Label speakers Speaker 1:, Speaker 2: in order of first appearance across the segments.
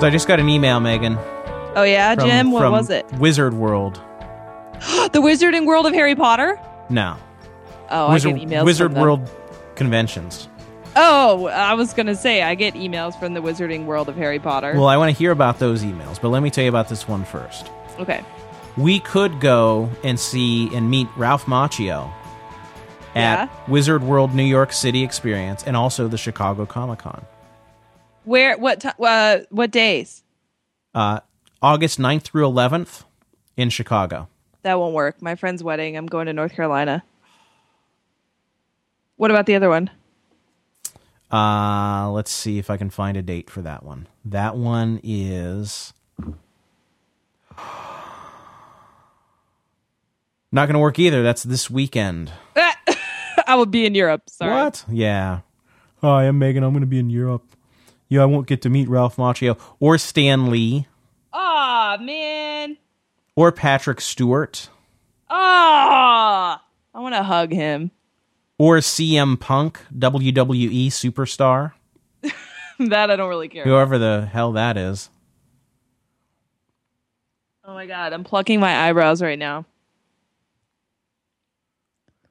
Speaker 1: So I just got an email, Megan.
Speaker 2: Oh yeah,
Speaker 1: from-
Speaker 2: Jim. What
Speaker 1: from
Speaker 2: was it?
Speaker 1: Wizard World.
Speaker 2: The Wizarding World of Harry Potter.
Speaker 1: No.
Speaker 2: Oh,
Speaker 1: Wizard,
Speaker 2: I get emails.
Speaker 1: Wizard
Speaker 2: from them.
Speaker 1: World conventions.
Speaker 2: Oh, I was gonna say I get emails from the Wizarding World of Harry Potter.
Speaker 1: Well, I want to hear about those emails, but let me tell you about this one first.
Speaker 2: okay.
Speaker 1: We could go and see and meet Ralph Macchio at
Speaker 2: Yeah.
Speaker 1: Wizard World New York City Experience and also the Chicago Comic Con.
Speaker 2: Where? What? T- uh, what days?
Speaker 1: Uh, August 9th through 11th in Chicago.
Speaker 2: That won't work. My friend's wedding. I'm going to North Carolina. What about the other one?
Speaker 1: Uh, let's see if I can find a date for that one. That one is not going to work either. That's this weekend.
Speaker 2: I will be in Europe. Sorry.
Speaker 1: What? Oh, Yeah. Hi, I'm Megan. I'm going to be in Europe. Yeah, I won't get to meet Ralph Macchio or Stan Lee
Speaker 2: Ah man.
Speaker 1: or Patrick Stewart
Speaker 2: Ah. I want to hug him.
Speaker 1: or CM Punk, WWE superstar,
Speaker 2: that I don't really care.
Speaker 1: whoever the hell that is.
Speaker 2: Oh my god, I'm plucking my eyebrows right now.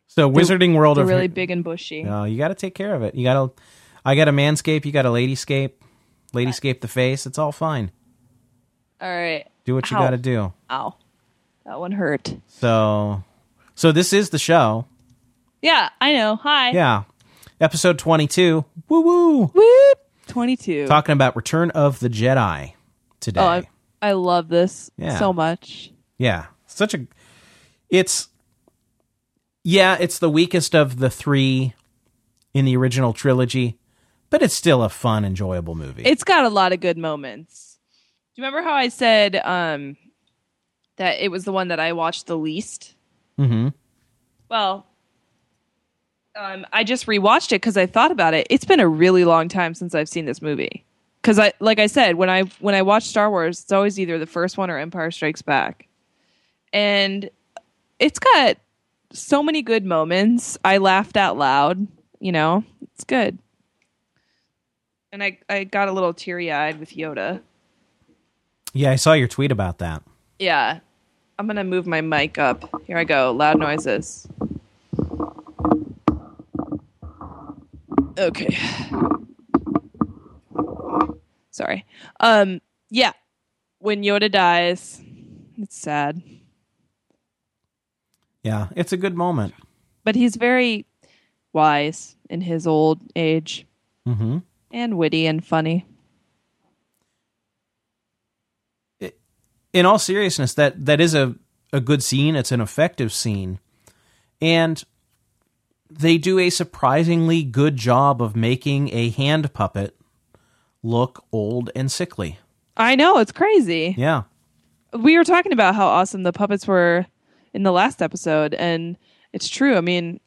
Speaker 1: So, Wizarding World
Speaker 2: They're
Speaker 1: of
Speaker 2: really big and bushy.
Speaker 1: No, you got to take care of it. You got to. I got a manscape. You got a ladyscape. Ladyscape the face. It's all fine.
Speaker 2: All right.
Speaker 1: Do what you
Speaker 2: Ow.
Speaker 1: got to do.
Speaker 2: Ow. That one hurt.
Speaker 1: So, so this is the show.
Speaker 2: Yeah, I know. Hi.
Speaker 1: Yeah, episode twenty-two. Woo woo.
Speaker 2: Whoop. 22.
Speaker 1: Talking about Return of the Jedi today.
Speaker 2: oh, I, I love this
Speaker 1: Yeah.
Speaker 2: so much.
Speaker 1: yeah, such a. It's. Yeah, it's the weakest of the three in the original trilogy, but it's still a fun, enjoyable movie.
Speaker 2: It's got a lot of good moments. Do you remember how I said um that it was the one that I watched the least?
Speaker 1: mm-hmm.
Speaker 2: Well, um, I just rewatched it because I thought about it. It's been a really long time since I've seen this movie. Because I, like I said, when I when I watch Star Wars, it's always either the first one or Empire Strikes Back, and it's got so many good moments. I laughed out loud. You know, it's good. And I, I got a little teary eyed with Yoda.
Speaker 1: Yeah, I saw your tweet about that.
Speaker 2: Yeah. I'm going to move my mic up. Here I go. Loud noises. Okay. Sorry. Um yeah. When Yoda dies, it's sad,
Speaker 1: Yeah, it's a good moment.
Speaker 2: but he's very wise in his old age
Speaker 1: Mm-hmm.
Speaker 2: and witty and funny.
Speaker 1: In all seriousness, that that is a a good scene. It's an effective scene, and they do a surprisingly good job of making a hand puppet look old and sickly.
Speaker 2: I know, it's crazy.
Speaker 1: Yeah,
Speaker 2: we were talking about how awesome the puppets were in the last episode and it's true i mean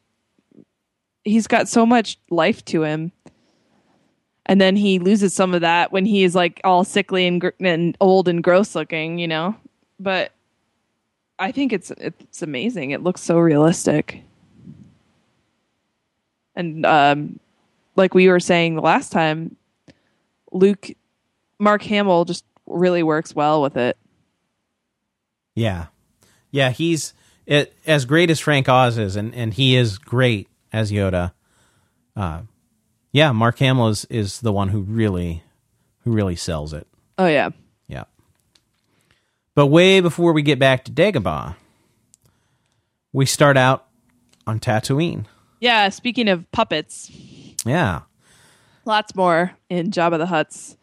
Speaker 2: he's got so much life to him and then he loses some of that when he is like all sickly and, gr- and old and gross looking you know but i think it's it's amazing it looks so realistic and um like we were saying the last time luke mark hamill just really works well with it
Speaker 1: yeah, yeah. He's it, as great as Frank Oz is, and and he is great as Yoda. Uh, yeah, Mark Hamill is is the one who really who really sells it.
Speaker 2: Oh yeah.
Speaker 1: Yeah. But way before we get back to Dagobah, we start out on Tatooine.
Speaker 2: Yeah, speaking of puppets,
Speaker 1: Yeah,
Speaker 2: lots more in Jabba the Hutt's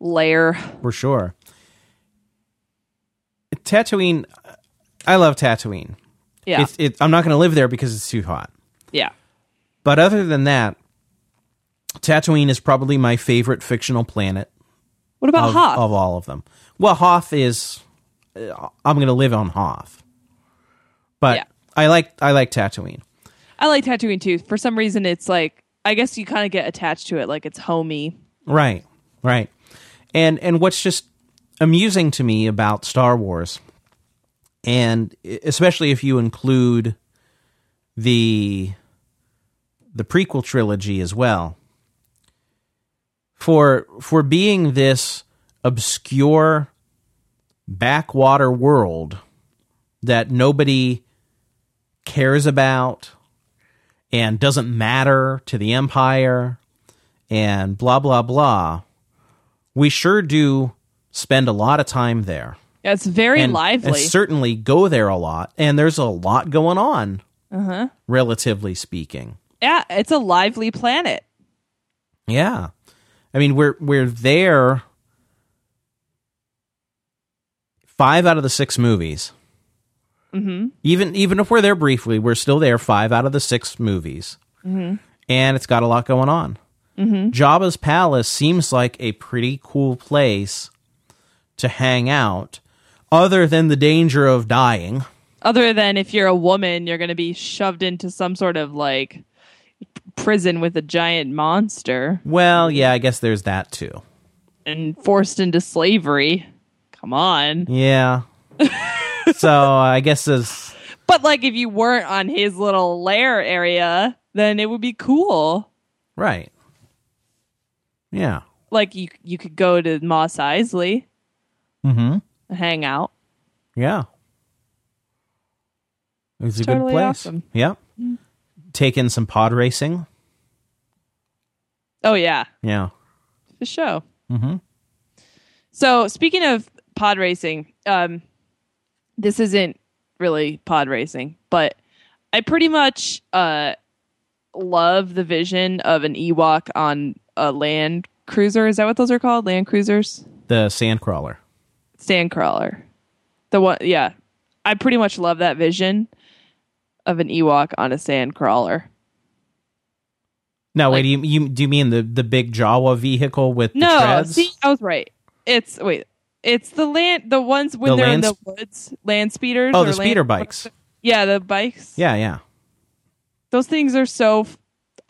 Speaker 2: lair.
Speaker 1: for sure. Tatooine, I love Tatooine.
Speaker 2: Yeah.
Speaker 1: It's, it, I'm not going to live there because it's too hot.
Speaker 2: yeah.
Speaker 1: But other than that, Tatooine is probably my favorite fictional planet
Speaker 2: What about
Speaker 1: of,
Speaker 2: Hoth?
Speaker 1: of all of them. Well, Hoth is uh, I'm going to live on Hoth, but
Speaker 2: Yeah.
Speaker 1: I like I like Tatooine.
Speaker 2: I like Tatooine too. For some reason it's like I guess you kind of get attached to it like it's homey.
Speaker 1: Right, right. And and what's just amusing to me about Star Wars, and e, especially if you include the the prequel trilogy as well, for for being this obscure backwater world that nobody cares about and doesn't matter to the empire and blah blah blah we sure do spend a lot of time there
Speaker 2: Yeah, it's very
Speaker 1: and, and
Speaker 2: lively.
Speaker 1: certainly go there a lot and there's a lot going on
Speaker 2: uh-huh.
Speaker 1: relatively speaking
Speaker 2: Yeah, it's a lively planet.
Speaker 1: Yeah. I mean, we're we're there 5 out of the 6 movies.
Speaker 2: Mm-hmm.
Speaker 1: Even even if we're there briefly, we're still there 5 out of the 6 movies. And it's got a lot going on.
Speaker 2: Mm-hmm.
Speaker 1: Jabba's palace seems like a pretty cool place to hang out other than the danger of dying.
Speaker 2: Other than if you're a woman, you're going to be shoved into some sort of like prison with a giant monster
Speaker 1: Well, yeah, I guess there's that too.
Speaker 2: and forced into slavery. Come on.
Speaker 1: Yeah. so, uh, I guess there's
Speaker 2: But like if you weren't on his little lair area, then it would be cool.
Speaker 1: right. Yeah.
Speaker 2: Like you you could go to Moss Isley
Speaker 1: Mhm.
Speaker 2: and hang out.
Speaker 1: Yeah. It was a good
Speaker 2: Totally
Speaker 1: place.
Speaker 2: awesome. Mm.
Speaker 1: Yeah. Take in some pod racing.
Speaker 2: Oh yeah,
Speaker 1: Yeah.
Speaker 2: the show.
Speaker 1: Mm-hmm.
Speaker 2: So speaking of pod racing, um, this isn't really pod racing, but I pretty much uh, love the vision of an Ewok on a land cruiser. Is that what those are called? Land cruisers,
Speaker 1: The sandcrawler.
Speaker 2: Sandcrawler. The one, yeah. I pretty much love that vision of an Ewok on a sandcrawler.
Speaker 1: No,
Speaker 2: Like-
Speaker 1: wait. You, you do you mean the the big Jawa vehicle with the
Speaker 2: No,
Speaker 1: treads?
Speaker 2: see, I was right. It's wait, it's the land, the ones when
Speaker 1: The
Speaker 2: they're in
Speaker 1: land
Speaker 2: the
Speaker 1: sp-
Speaker 2: woods, land speeders.
Speaker 1: oh,
Speaker 2: or
Speaker 1: the
Speaker 2: land-
Speaker 1: speeder bikes.
Speaker 2: Yeah, the bikes.
Speaker 1: Yeah, yeah,
Speaker 2: those things are so f-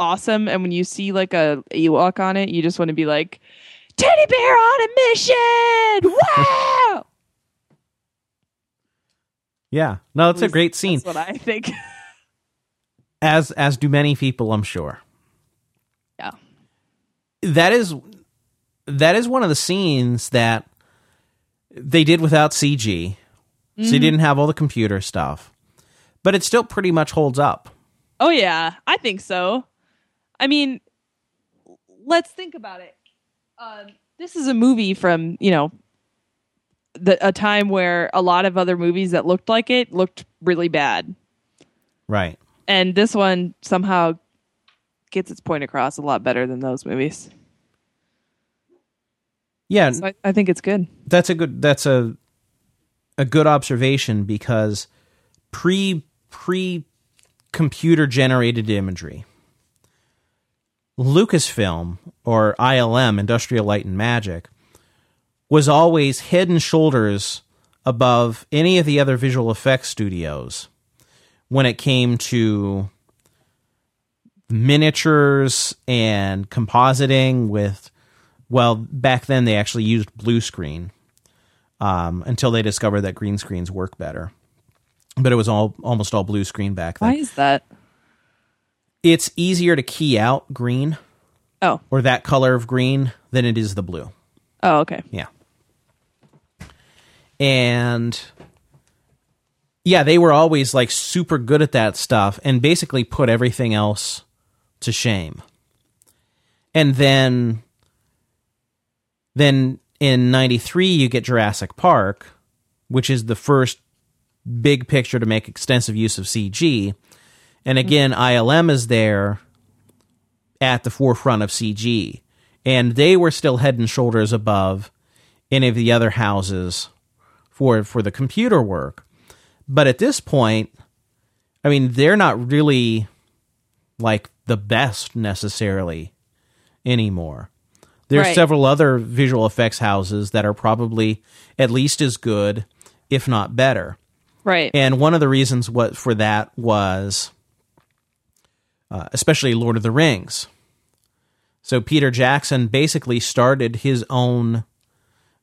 Speaker 2: awesome. And when you see like a Ewok on it, you just want to be like, teddy bear on a mission! Wow!
Speaker 1: yeah. No, it's a
Speaker 2: At least
Speaker 1: great scene.
Speaker 2: That's what I think.
Speaker 1: As as do many people, I'm sure.
Speaker 2: yeah.
Speaker 1: that is that is one of the scenes that they did without CG. So you didn't have all the computer stuff. But it still pretty much holds up.
Speaker 2: Oh yeah, I think so. I mean, let's think about it. Um, this is a movie from you know the, a time where a lot of other movies that looked like it looked really bad,
Speaker 1: Right.
Speaker 2: and this one somehow gets its point across a lot better than those movies.
Speaker 1: Yeah,
Speaker 2: So I, I think it's good.
Speaker 1: that's a good that's a a good observation because pre pre computer generated imagery Lucasfilm or ILM Industrial Light and Magic was always head and shoulders above any of the other visual effects studios when it came to miniatures and compositing with well back then they actually used blue screen um, until they discovered that green screens work better but it was all almost all blue screen back then
Speaker 2: Why is that?
Speaker 1: it's easier to key out green
Speaker 2: Oh,
Speaker 1: or that color of green than it is the blue.
Speaker 2: oh, okay.
Speaker 1: Yeah. And yeah, they were always like super good at that stuff and basically put everything else to shame. And then then in 93 you get Jurassic Park, which is the first big picture to make extensive use of CG. And again, ILM is there at the forefront of CG, and they were still head and shoulders above any of the other houses for for the computer work. But at this point, I mean, they're not really like the best necessarily anymore. There are
Speaker 2: Right.
Speaker 1: several other visual effects houses that are probably at least as good, if not better.
Speaker 2: Right.
Speaker 1: And one of the reasons what for that was, uh, especially Lord of the Rings. So Peter Jackson basically started his own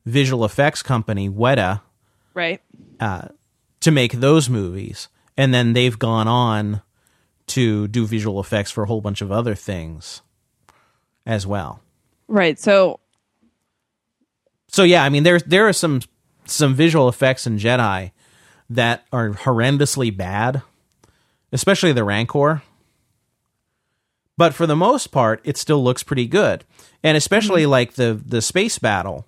Speaker 1: visual effects company, Weta,
Speaker 2: right.
Speaker 1: to make those movies, and then they've gone on to do visual effects for a whole bunch of other things as well.
Speaker 2: Right. So
Speaker 1: So yeah, I mean there there are some some visual effects in Jedi that are horrendously bad, especially the Rancor. But for the most part, it still looks pretty good, and especially
Speaker 2: Mm-hmm.
Speaker 1: like the the space battle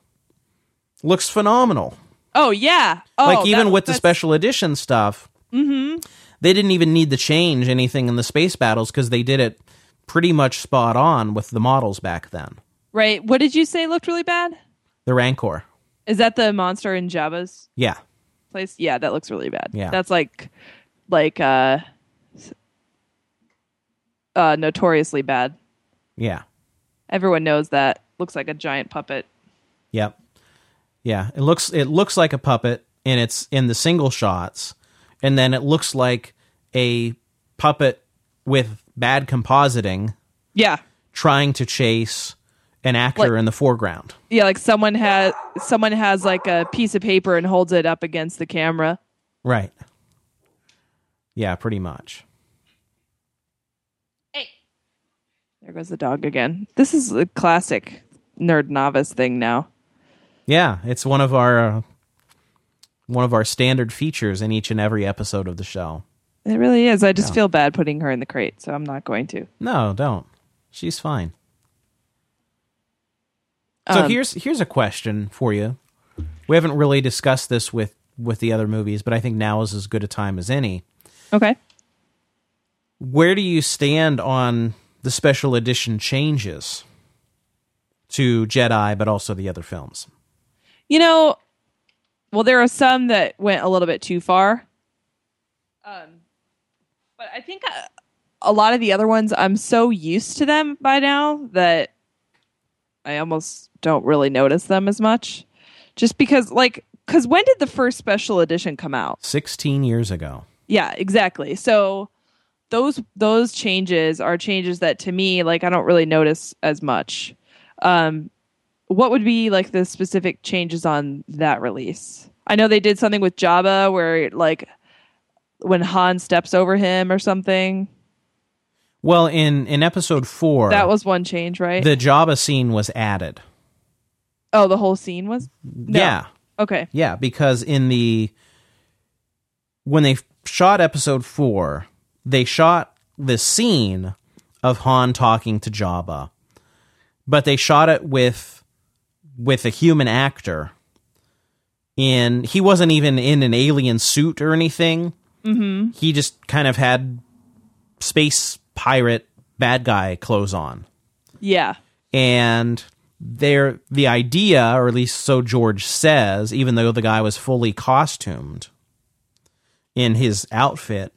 Speaker 1: looks phenomenal.
Speaker 2: Oh yeah. Oh,
Speaker 1: like even
Speaker 2: that-
Speaker 1: with the
Speaker 2: that's- Mm-hmm.
Speaker 1: special edition stuff, they didn't even need to change anything in the space battles because they did it pretty much spot on with the models back then.
Speaker 2: Right. What did you say looked really bad?
Speaker 1: The Rancor,
Speaker 2: Is that the monster in Jabba's
Speaker 1: yeah,
Speaker 2: place? Yeah, that looks really bad.
Speaker 1: Yeah.
Speaker 2: That's like like uh s- uh notoriously bad.
Speaker 1: yeah.
Speaker 2: Everyone knows that. Looks like a giant puppet.
Speaker 1: Yep. Yeah, it looks it looks like a puppet and it's in the single shots and then it looks like a puppet with bad compositing
Speaker 2: Yeah.
Speaker 1: trying to chase an actor
Speaker 2: Like-
Speaker 1: in the foreground.
Speaker 2: Yeah, like someone has someone has like a piece of paper and holds it up against the camera.
Speaker 1: Right. Yeah, pretty much.
Speaker 2: There goes the dog again. This is a classic nerd novice thing now.
Speaker 1: Yeah, it's one of our uh, one of our standard features in each and every episode of the show.
Speaker 2: It really is. I just feel bad putting her in the crate, so I'm not going to.
Speaker 1: No, don't. She's fine. So
Speaker 2: Um,
Speaker 1: here's here's a question for you. We haven't really discussed this with with the other movies, but I think now is as good a time as any.
Speaker 2: Okay.
Speaker 1: Where do you stand on the special edition changes to Jedi, but also the other films?
Speaker 2: You know, well, there are some that went a little bit too far. Um, but I think uh a lot of the other ones, I'm so used to them by now that I almost don't really notice them as much. Just because, like, because when did the first special edition come out?
Speaker 1: Sixteen years ago,
Speaker 2: Yeah, exactly. So those those changes are changes that to me like I don't really notice as much. Um what would be like the specific changes on that release? I know they did something with Jabba where like when Han steps over him or something.
Speaker 1: well, in in Episode Four,
Speaker 2: That was one change, right?
Speaker 1: the Jabba scene was added.
Speaker 2: oh, the whole scene was? No.
Speaker 1: Yeah,
Speaker 2: Okay.
Speaker 1: Yeah, because in the when they shot episode 4, they shot the scene of Han talking to Jabba. But they shot it with with a human actor. In he wasn't even in an alien suit or anything. Mm-hmm. He just kind of had space pirate bad guy clothes on
Speaker 2: Yeah.
Speaker 1: and there the idea or at least so george says even though the guy was fully costumed in his outfit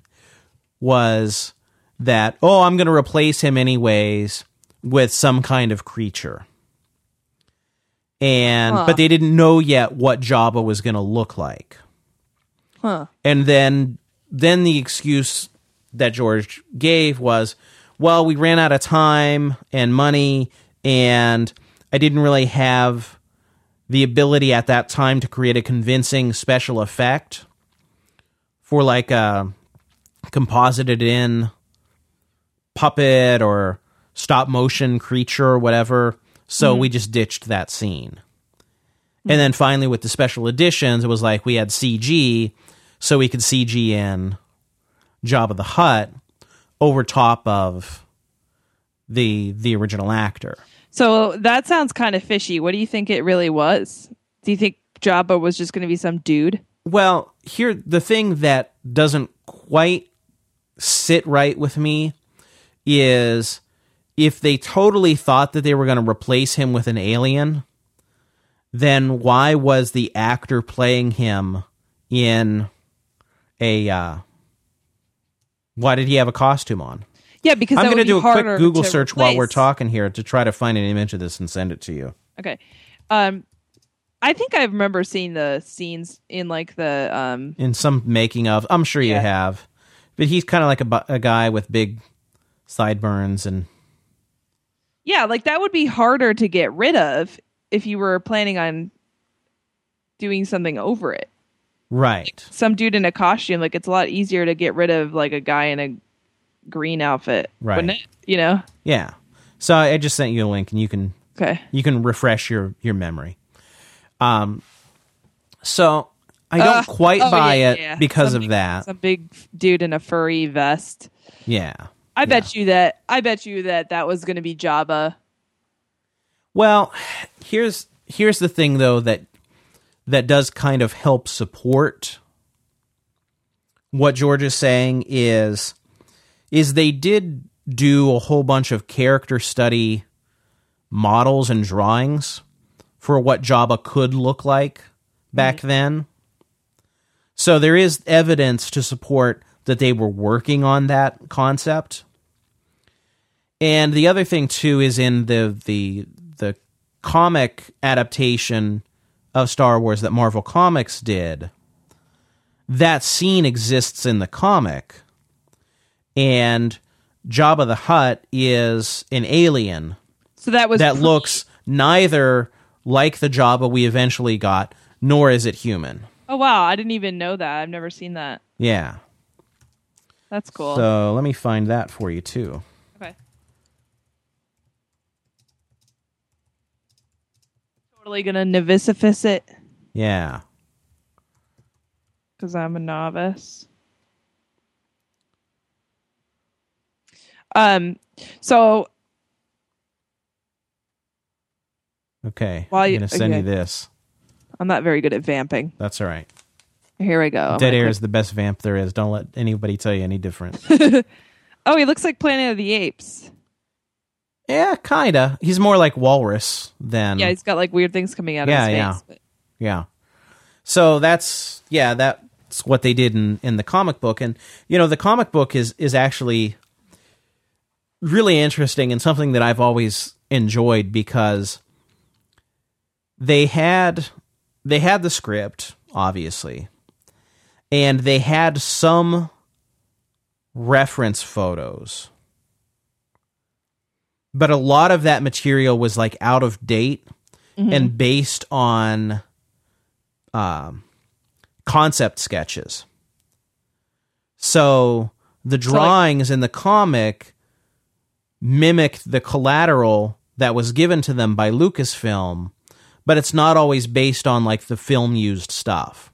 Speaker 1: was that oh i'm going to replace him anyways with some kind of creature and
Speaker 2: Huh.
Speaker 1: but they didn't know yet what jabba was going to look like
Speaker 2: Huh.
Speaker 1: and then then the excuse that George gave was, well, we ran out of time and money, and I didn't really have the ability at that time to create a convincing special effect for like a composited in puppet or stop motion creature or whatever. So we just ditched that scene. And then finally, with the special editions, it was like we had CG, so we could CG in Jabba the Hutt over top of the the original actor.
Speaker 2: So that sounds kind of fishy. What do you think it really was? Do you think Jabba was just going to be some dude?
Speaker 1: Well, here the thing that doesn't quite sit right with me is if they totally thought that they were going to replace him with an alien, then why was the actor playing him in a uh, why did he have a costume on?
Speaker 2: Yeah, because
Speaker 1: I'm
Speaker 2: going to
Speaker 1: do a quick Google
Speaker 2: to
Speaker 1: search while we're
Speaker 2: replace.
Speaker 1: talking here to try to find an image of this and send it to you.
Speaker 2: Okay, um, I think I remember seeing the scenes in like the um,
Speaker 1: In some making of, I'm sure you
Speaker 2: Yeah.
Speaker 1: have, but he's kind of like a, bu- a guy with big sideburns and
Speaker 2: yeah, like that would be harder to get rid of if you were planning on doing something over it.
Speaker 1: right.
Speaker 2: Some dude in a costume, like it's a lot easier to get rid of like a guy in a green outfit,
Speaker 1: Right.
Speaker 2: wouldn't it? You know?
Speaker 1: Yeah. So I I just sent you a link, and you can
Speaker 2: Okay.
Speaker 1: you can refresh your your memory. Um, so I don't
Speaker 2: Uh,
Speaker 1: quite
Speaker 2: oh,
Speaker 1: buy
Speaker 2: yeah,
Speaker 1: it
Speaker 2: yeah.
Speaker 1: because
Speaker 2: Some
Speaker 1: of
Speaker 2: big-
Speaker 1: that.
Speaker 2: Some big dude in a furry vest.
Speaker 1: yeah.
Speaker 2: I bet you that. I bet you that that was going to be Jabba.
Speaker 1: Well, here's here's the thing though that that does kind of help support what George is saying is is they did do a whole bunch of character study models and drawings for what Jabba could look like back then. So there is evidence to support that they were working on that concept. And the other thing too is in the the the comic adaptation of Star Wars that Marvel Comics did. That scene exists in the comic, and Jabba the Hutt is an alien
Speaker 2: So that was
Speaker 1: that
Speaker 2: pre-
Speaker 1: looks neither like the Jabba we eventually got, nor is it human.
Speaker 2: Oh wow! I didn't even know that. I've never seen that.
Speaker 1: Yeah.
Speaker 2: That's cool.
Speaker 1: So let me find that for you too.
Speaker 2: okay. Totally gonna navicifice it
Speaker 1: Yeah.
Speaker 2: because I'm a novice. Um. So
Speaker 1: Okay.
Speaker 2: While
Speaker 1: I'm
Speaker 2: you-
Speaker 1: gonna send you
Speaker 2: okay.
Speaker 1: this.
Speaker 2: I'm not very good at vamping.
Speaker 1: That's all right.
Speaker 2: Here we Oh go. I'm
Speaker 1: Dead
Speaker 2: gonna
Speaker 1: Air is the best vamp there is. Don't let anybody tell you any different.
Speaker 2: Oh, he looks like Planet of the Apes.
Speaker 1: yeah, kinda. He's more like Walrus than
Speaker 2: Yeah, he's got like weird things coming out
Speaker 1: Yeah,
Speaker 2: of his
Speaker 1: yeah.
Speaker 2: face. but-
Speaker 1: yeah. So that's yeah, that's what they did in in the comic book, and you know the comic book is is actually really interesting and something that I've always enjoyed because they had they had the script obviously, and they had some reference photos. But a lot of that material was like out of date and based on um, concept sketches. So the
Speaker 2: like-
Speaker 1: drawings in the comic mimicked the collateral that was given to them by Lucasfilm, but it's not always based on like the film used stuff.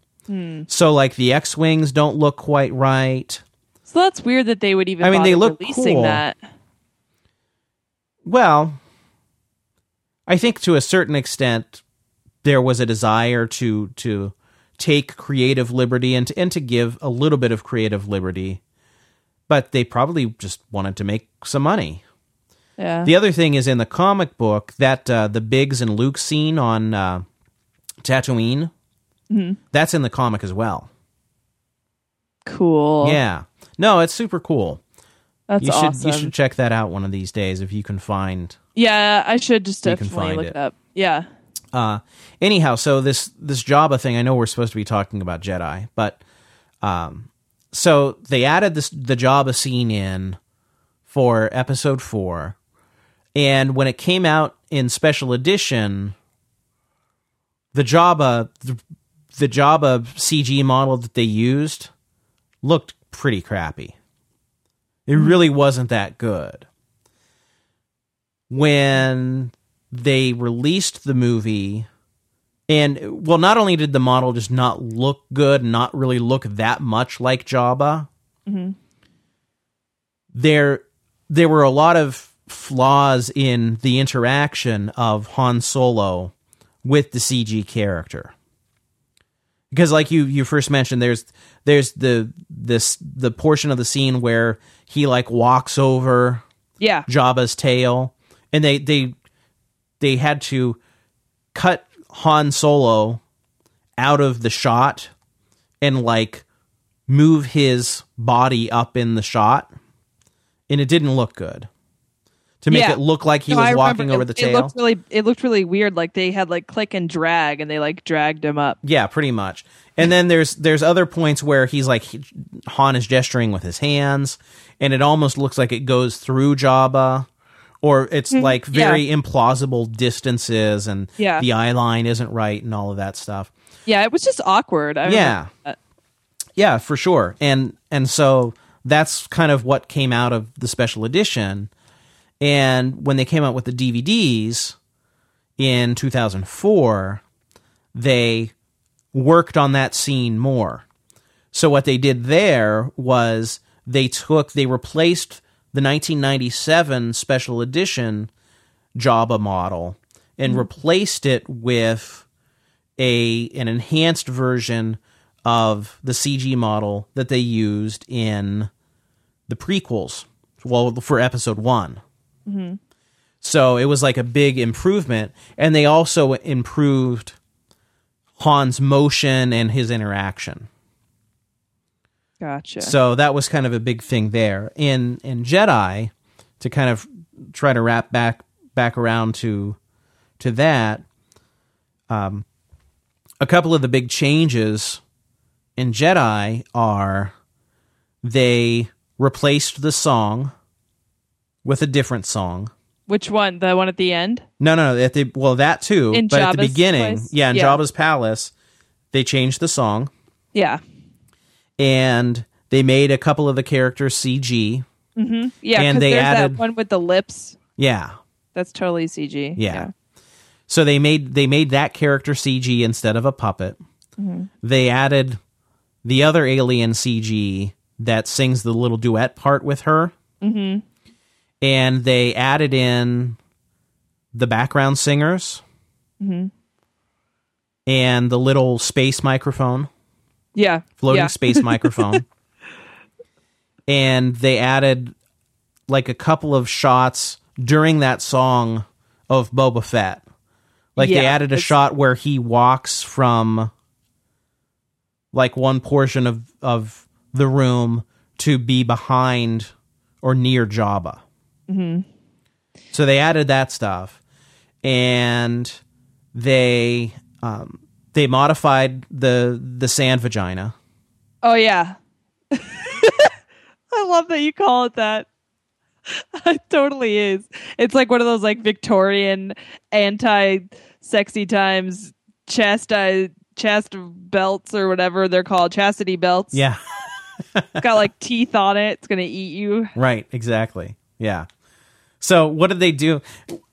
Speaker 1: So like the X wings don't look quite right.
Speaker 2: So that's weird that they would even.
Speaker 1: I mean, they
Speaker 2: bother
Speaker 1: look
Speaker 2: releasing
Speaker 1: cool.
Speaker 2: that.
Speaker 1: Well, I think to a certain extent there was a desire to to take creative liberty and to, and to give a little bit of creative liberty, but they probably just wanted to make some money.
Speaker 2: Yeah.
Speaker 1: The other thing is in the comic book that uh, the Biggs and Luke scene on uh, Tatooine,
Speaker 2: Mm-hmm.
Speaker 1: that's in the comic as well.
Speaker 2: cool.
Speaker 1: Yeah, no, it's super cool.
Speaker 2: that's
Speaker 1: you should
Speaker 2: awesome.
Speaker 1: you should check that out one of these days if you can find
Speaker 2: yeah, I should just
Speaker 1: You can
Speaker 2: definitely
Speaker 1: find
Speaker 2: look
Speaker 1: it.
Speaker 2: it up. Yeah.
Speaker 1: Uh, anyhow, so this this Jabba thing, I know we're supposed to be talking about Jedi, but um, so they added this the Jabba scene in for Episode Four, and when it came out in Special Edition, the Jabba the, the Jabba CG model that they used looked pretty crappy. It really wasn't that good. When they released the movie and well not only did the model just not look good not really look that much like jabba there there were a lot of flaws in the interaction of han solo with the cg character because like you you first mentioned there's there's the this the portion of the scene where he like walks over
Speaker 2: Yeah.
Speaker 1: Jabba's tail, and they they they had to cut Han Solo out of the shot and like move his body up in the shot, and it didn't look good to make
Speaker 2: Yeah.
Speaker 1: it look like he
Speaker 2: No,
Speaker 1: was
Speaker 2: I
Speaker 1: walking
Speaker 2: remember
Speaker 1: over
Speaker 2: it,
Speaker 1: the
Speaker 2: It
Speaker 1: tail.
Speaker 2: looked really. It looked really weird. Like they had like click and drag, and they like dragged him up.
Speaker 1: Yeah, pretty much. And then there's there's other points where he's like he- Han is gesturing with his hands, and it almost looks like it goes through Jabba, or it's like
Speaker 2: Mm-hmm. yeah.
Speaker 1: very implausible distances, and
Speaker 2: Yeah.
Speaker 1: the eye line isn't right, and all of that stuff.
Speaker 2: Yeah, it was just awkward.
Speaker 1: Yeah.
Speaker 2: I remember that.
Speaker 1: Yeah, for sure. And and so that's kind of what came out of the special edition. And when they came out with the DVDs in 2004, they worked on that scene more. So what they did there was they took they replaced the 1997 special edition Jabba model and replaced it with a an enhanced version of the CG model that they used in the prequels. Well, for episode one. So it was like a big improvement, and they also improved Han's motion and his interaction.
Speaker 2: Gotcha.
Speaker 1: So that was kind of a big thing there. In in Jedi, to kind of try to wrap back back around to to that, um, a couple of the big changes in Jedi are they replaced the song with a different song.
Speaker 2: Which one? The one at the end?
Speaker 1: No, no, no. At the, well, that too.
Speaker 2: In
Speaker 1: but at the
Speaker 2: Jabba's
Speaker 1: beginning,
Speaker 2: place?
Speaker 1: yeah, in
Speaker 2: Yeah.
Speaker 1: Jabba's palace, they changed the song.
Speaker 2: Yeah.
Speaker 1: and they made a couple of the characters CG.
Speaker 2: Yeah.
Speaker 1: And
Speaker 2: 'cause
Speaker 1: they
Speaker 2: there's
Speaker 1: added-
Speaker 2: that one with the lips.
Speaker 1: Yeah,
Speaker 2: That's totally CG.
Speaker 1: yeah. So they made they made that character CG instead of a puppet. They added the other alien CG that sings the little duet part with her. Mm-hmm. And they added in the background singers Mm-hmm. and the little space microphone.
Speaker 2: Yeah.
Speaker 1: floating
Speaker 2: yeah.
Speaker 1: space microphone. and they added like a couple of shots during that song of Boba Fett. Like they
Speaker 2: Yeah,
Speaker 1: added a
Speaker 2: it's-
Speaker 1: shot where he walks from like one portion of of the room to be behind or near Jabba.
Speaker 2: Mm-hmm.
Speaker 1: So they added that stuff, and they um, they modified the the sand vagina.
Speaker 2: Oh yeah. I love that you call it that. It totally is. It's like one of those like Victorian anti sexy times chastise chast belts or whatever they're called, chastity belts.
Speaker 1: Yeah,
Speaker 2: It's got like teeth on it. It's gonna eat you.
Speaker 1: right, exactly. Yeah. So what did they do?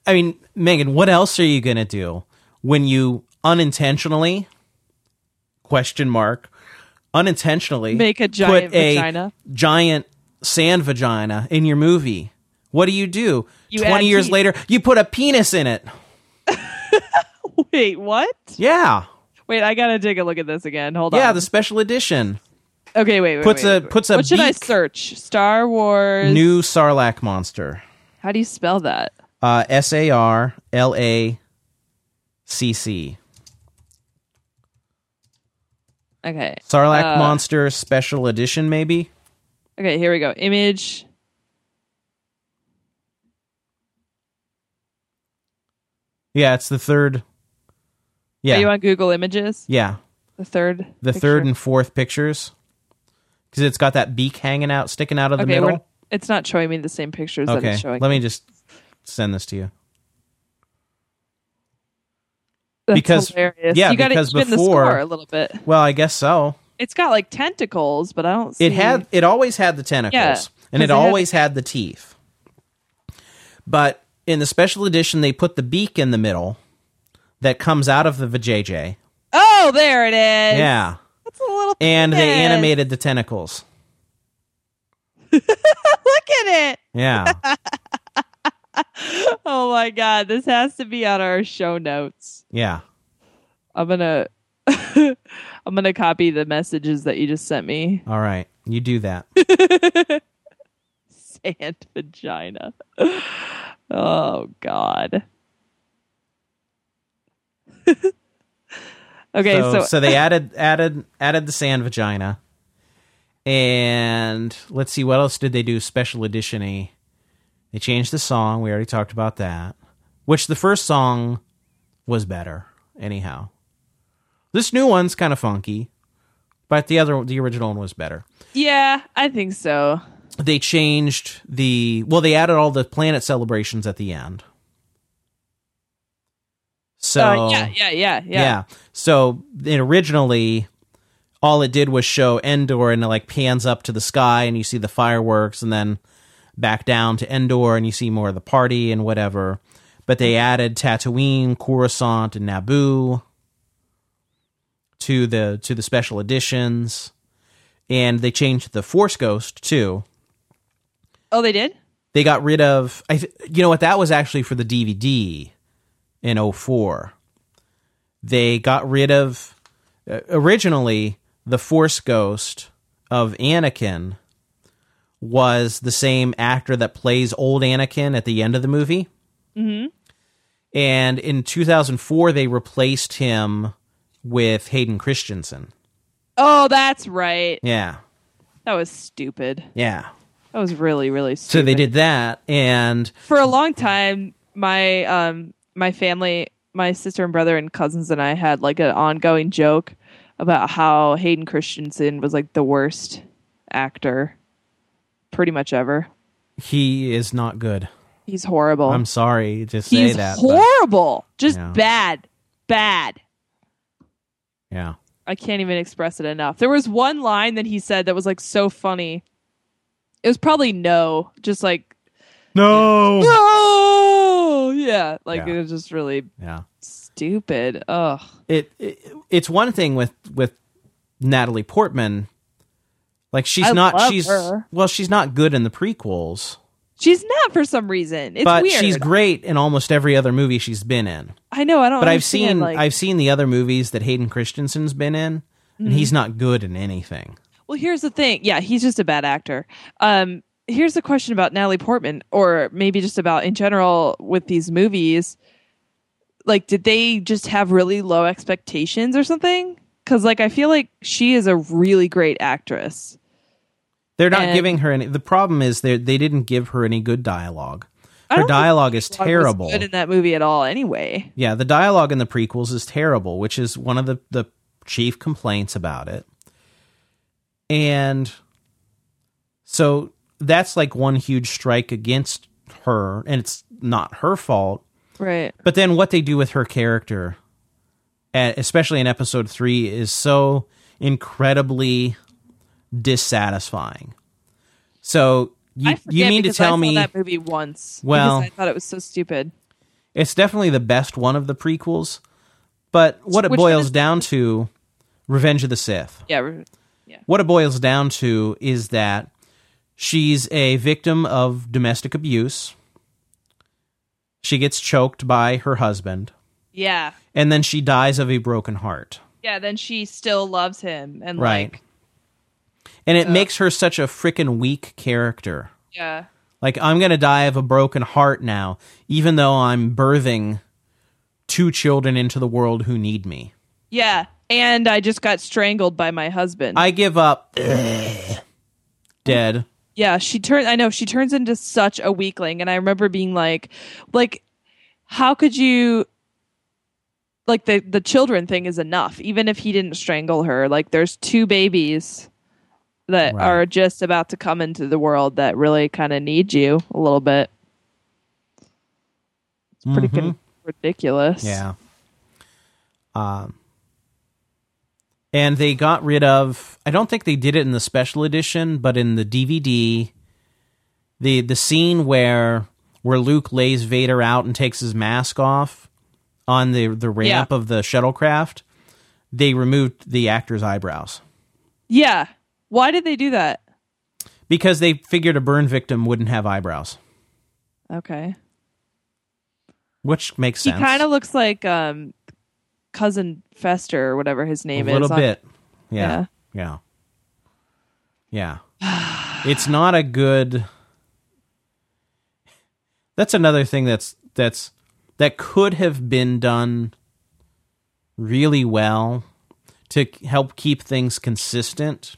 Speaker 1: I mean, Megan, what else are you gonna do when you unintentionally question mark unintentionally
Speaker 2: Make a giant
Speaker 1: put a
Speaker 2: vagina.
Speaker 1: giant sand vagina in your movie? What do you do?
Speaker 2: You add
Speaker 1: Twenty years
Speaker 2: teeth.
Speaker 1: later, you put a penis in it.
Speaker 2: Wait, what?
Speaker 1: Yeah.
Speaker 2: Wait, I gotta take a look at this again. Hold
Speaker 1: Yeah,
Speaker 2: on.
Speaker 1: the special edition.
Speaker 2: okay, wait, wait.
Speaker 1: puts
Speaker 2: wait,
Speaker 1: a-
Speaker 2: wait.
Speaker 1: puts a
Speaker 2: What should I
Speaker 1: beak-
Speaker 2: search? Star Wars.
Speaker 1: New Sarlacc monster.
Speaker 2: How do you spell that?
Speaker 1: Uh S A R L A C C.
Speaker 2: Okay.
Speaker 1: Sarlacc
Speaker 2: Uh,
Speaker 1: monster special edition maybe?
Speaker 2: Okay, here we go. Image.
Speaker 1: Yeah, it's the third. Yeah.
Speaker 2: Are you on Google Images?
Speaker 1: yeah.
Speaker 2: The third.
Speaker 1: The third and fourth pictures. Cuz it's got that beak hanging out sticking out of the
Speaker 2: okay, we're,
Speaker 1: middle.
Speaker 2: it's not showing me the same pictures that
Speaker 1: Okay.
Speaker 2: it's showing.
Speaker 1: Let me just send this to you.
Speaker 2: That's
Speaker 1: because-
Speaker 2: hilarious.
Speaker 1: yeah,
Speaker 2: you got to
Speaker 1: because
Speaker 2: spin the
Speaker 1: before-
Speaker 2: score a little bit.
Speaker 1: Well, I guess so.
Speaker 2: It's got like tentacles, but I don't. see...
Speaker 1: It had it always had the tentacles
Speaker 2: Yeah,
Speaker 1: and
Speaker 2: 'cause
Speaker 1: it
Speaker 2: it had-
Speaker 1: always had the teeth. But in the special edition they put the beak in the middle that comes out of the vajayjay.
Speaker 2: Oh, there it is.
Speaker 1: Yeah.
Speaker 2: that's a little.
Speaker 1: And they
Speaker 2: penis.
Speaker 1: animated the tentacles.
Speaker 2: Look at it.
Speaker 1: Yeah.
Speaker 2: Oh my god, this has to be on our show notes.
Speaker 1: yeah.
Speaker 2: I'm gonna. I'm gonna copy the messages that you just sent me.
Speaker 1: All right. You do that.
Speaker 2: Sand vagina. Oh God. okay,
Speaker 1: so,
Speaker 2: so,
Speaker 1: so they added added added the sand vagina, and let's see what else did they do special editiony. They changed the song. We already talked about that. Which the first song was better, anyhow. This new one's kind of funky, but the other the original one was better.
Speaker 2: yeah, I think so.
Speaker 1: They changed the well. They added all the planet celebrations at the end. So
Speaker 2: Uh, yeah, yeah, yeah,
Speaker 1: Yeah.
Speaker 2: yeah,
Speaker 1: So it originally, all it did was show Endor and it like pans up to the sky and you see the fireworks and then back down to Endor and you see more of the party and whatever. But they added Tatooine, Coruscant, and Naboo. to the to the special editions, and they changed the Force Ghost too.
Speaker 2: Oh, they did.
Speaker 1: They got rid of I th- you know what that was actually for the DVD in 04. They got rid of uh, originally the Force Ghost of Anakin was the same actor that plays old Anakin at the end of the movie.
Speaker 2: Mhm.
Speaker 1: And in 2004, they replaced him with Hayden Christensen.
Speaker 2: Oh, that's right.
Speaker 1: Yeah.
Speaker 2: That was stupid.
Speaker 1: Yeah.
Speaker 2: That was really really stupid.
Speaker 1: So they did that. And
Speaker 2: for a long time my um my family my sister and brother and cousins and i had like an ongoing joke about how hayden christensen was like the worst actor pretty much ever
Speaker 1: he is not good.
Speaker 2: he's horrible
Speaker 1: I'm sorry to say
Speaker 2: he's
Speaker 1: that. but-
Speaker 2: horrible just
Speaker 1: Yeah.
Speaker 2: bad bad
Speaker 1: yeah.
Speaker 2: I can't even express it enough. There was one line that he said that was like so funny. It was probably no, just like
Speaker 1: No.
Speaker 2: no, yeah, like
Speaker 1: Yeah.
Speaker 2: it was just really
Speaker 1: Yeah.
Speaker 2: stupid. Ugh.
Speaker 1: It, it it's one thing with with Natalie Portman. Like she's
Speaker 2: I
Speaker 1: not
Speaker 2: love
Speaker 1: she's
Speaker 2: her.
Speaker 1: well she's not good in the prequels,
Speaker 2: She's not for some reason. It's
Speaker 1: but
Speaker 2: weird.
Speaker 1: she's great in almost every other movie she's been in.
Speaker 2: I know. I don't.
Speaker 1: but I've
Speaker 2: understand,
Speaker 1: seen
Speaker 2: Like,
Speaker 1: I've seen the other movies that Hayden Christensen's been in, and
Speaker 2: Mm-hmm.
Speaker 1: he's not good in anything.
Speaker 2: well, here's the thing. Yeah, he's just a bad actor. Um, here's the question about Natalie Portman, or maybe just about in general with these movies. Like, did they just have really low expectations or something? Because, like, I feel like she is a really great actress.
Speaker 1: They're not
Speaker 2: And-
Speaker 1: giving her any. The problem is they they didn't give her any good dialogue.
Speaker 2: I
Speaker 1: Her
Speaker 2: don't think
Speaker 1: dialogue is
Speaker 2: She was
Speaker 1: terrible.
Speaker 2: Good in that movie at all? Anyway,
Speaker 1: Yeah, the dialogue in the prequels is terrible, which is one of the, the chief complaints about it. And so that's like one huge strike against her, and it's not her fault.
Speaker 2: right?
Speaker 1: But then what they do with her character, at, especially in episode three, is so incredibly dissatisfying. So you,
Speaker 2: I forget
Speaker 1: you mean to
Speaker 2: because I
Speaker 1: tell
Speaker 2: saw
Speaker 1: me
Speaker 2: that movie once?
Speaker 1: Well-
Speaker 2: because I thought it was so stupid.
Speaker 1: It's definitely the best one of the prequels, but what it
Speaker 2: Which one
Speaker 1: boils
Speaker 2: is-
Speaker 1: down to Revenge of the Sith.
Speaker 2: Yeah, re-
Speaker 1: What it boils down to is that she's a victim of domestic abuse. She gets choked by her husband,
Speaker 2: yeah,
Speaker 1: and then she dies of a broken heart.
Speaker 2: yeah. Then she still loves him, and
Speaker 1: Right.
Speaker 2: like,
Speaker 1: And
Speaker 2: Uh.
Speaker 1: it makes her such a freaking weak character.
Speaker 2: yeah.
Speaker 1: Like, I'm going to die of a broken heart now, even though I'm birthing two children into the world who need me.
Speaker 2: Yeah. And I just got strangled by my husband.
Speaker 1: I give up. Dead.
Speaker 2: yeah, she turns I know she turns into such a weakling and I remember being like like how could you like the the children thing is enough even if he didn't strangle her. Like there's two babies that
Speaker 1: Right.
Speaker 2: are just about to come into the world that really kind of need you a little bit. It's pretty
Speaker 1: Mhm.
Speaker 2: con- ridiculous.
Speaker 1: Yeah. Um, and they got rid of. I don't think they did it in the special edition, but in the DVD, the the scene where where Luke lays Vader out and takes his mask off on the the ramp of the shuttlecraft, they removed the actor's eyebrows
Speaker 2: Yeah. Why did they do that?
Speaker 1: because they figured a burn victim wouldn't have eyebrows,
Speaker 2: Okay.
Speaker 1: which makes
Speaker 2: He
Speaker 1: sense.
Speaker 2: kind of looks like um, cousin Fester or whatever his
Speaker 1: a
Speaker 2: name is.
Speaker 1: little
Speaker 2: on-
Speaker 1: bit. Yeah. Yeah. Yeah. it's not a good That's another thing that's that's that could have been done really well to k- help keep things consistent.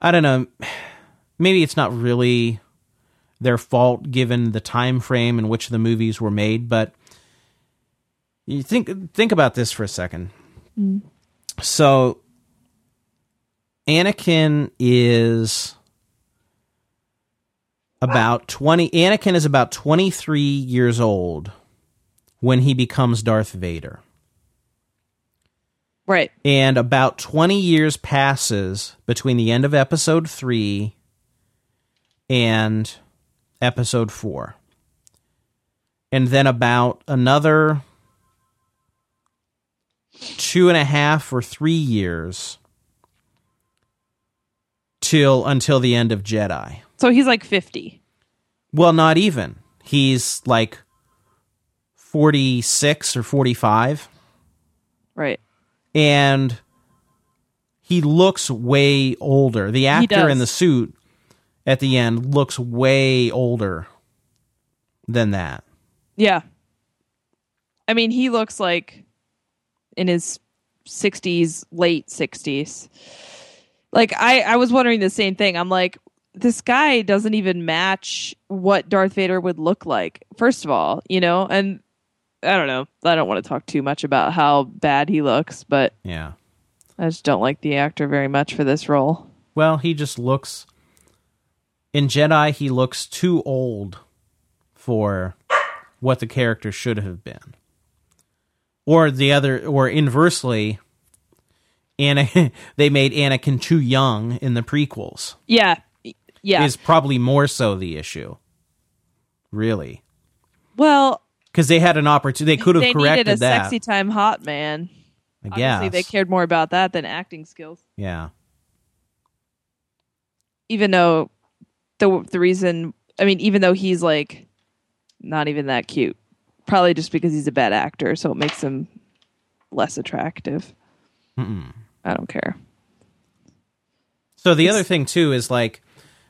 Speaker 1: I don't know. Maybe it's not really their fault given the time frame in which the movies were made, but you think think about this for a second. So Anakin is about 20 Anakin is about 23 years old when he becomes Darth Vader.
Speaker 2: Right.
Speaker 1: And about 20 years passes between the end of episode 3 and episode 4. And then about another two and a half or three years till until the end of Jedi.
Speaker 2: So he's like 50.
Speaker 1: Well, not even. He's like 46 or 45
Speaker 2: Right.
Speaker 1: and he looks way older. The actor
Speaker 2: does.
Speaker 1: in the suit at the end looks way older than that.
Speaker 2: Yeah. I mean, he looks like in his 60s, late 60s. Like I I was wondering the same thing. I'm like this guy doesn't even match what Darth Vader would look like. First of all, you know, and I don't know. I don't want to talk too much about how bad he looks, but
Speaker 1: Yeah.
Speaker 2: I just don't like the actor very much for this role.
Speaker 1: Well, he just looks in Jedi he looks too old for what the character should have been. Or the other or inversely Anna, they made Anakin too young in the prequels.
Speaker 2: Yeah. Yeah.
Speaker 1: Is probably more so the issue. Really.
Speaker 2: well,
Speaker 1: because they had an opportunity. They could have
Speaker 2: they
Speaker 1: corrected
Speaker 2: needed a
Speaker 1: that.
Speaker 2: sexy time hot man.
Speaker 1: I
Speaker 2: Obviously,
Speaker 1: guess.
Speaker 2: they cared more about that than acting skills.
Speaker 1: yeah,
Speaker 2: even though the the reason I mean, even though he's like not even that cute, probably just because he's a bad actor, so it makes him less attractive. I don't care.
Speaker 1: So the other thing too is like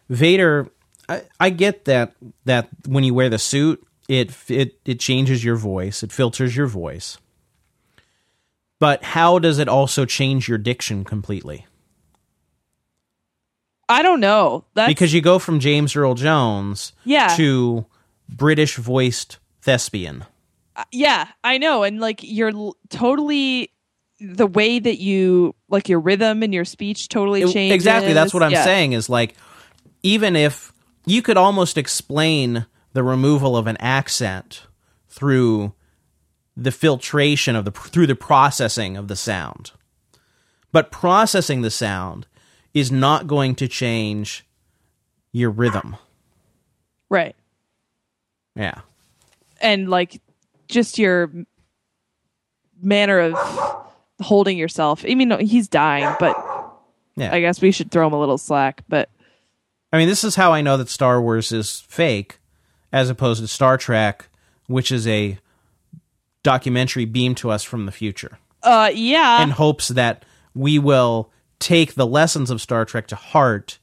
Speaker 1: Vader. I, I get that that when you wear the suit, it it it changes your voice, it filters your voice. But how does it also change your diction completely?
Speaker 2: I don't know. That's
Speaker 1: because you go from James Earl Jones
Speaker 2: Yeah.
Speaker 1: to British voiced thespian.
Speaker 2: Uh, yeah, I know, and like you're l- totally the way that you like your rhythm and your speech totally
Speaker 1: It-
Speaker 2: changes.
Speaker 1: Exactly. That's what I'm
Speaker 2: Yeah.
Speaker 1: saying is like, even if you could almost explain the removal of an accent through the filtration of the through the processing of the sound, but processing the sound is not going to change your rhythm.
Speaker 2: Right,
Speaker 1: Yeah.
Speaker 2: and like just your manner of holding yourself. I mean, he's dying, but
Speaker 1: Yeah.
Speaker 2: I guess we should throw him a little slack, but
Speaker 1: I mean, this is how I know that Star Wars is fake, as opposed to Star Trek, which is a documentary beamed to us from the future.
Speaker 2: uh yeah.
Speaker 1: in hopes that we will take the lessons of Star Trek to heart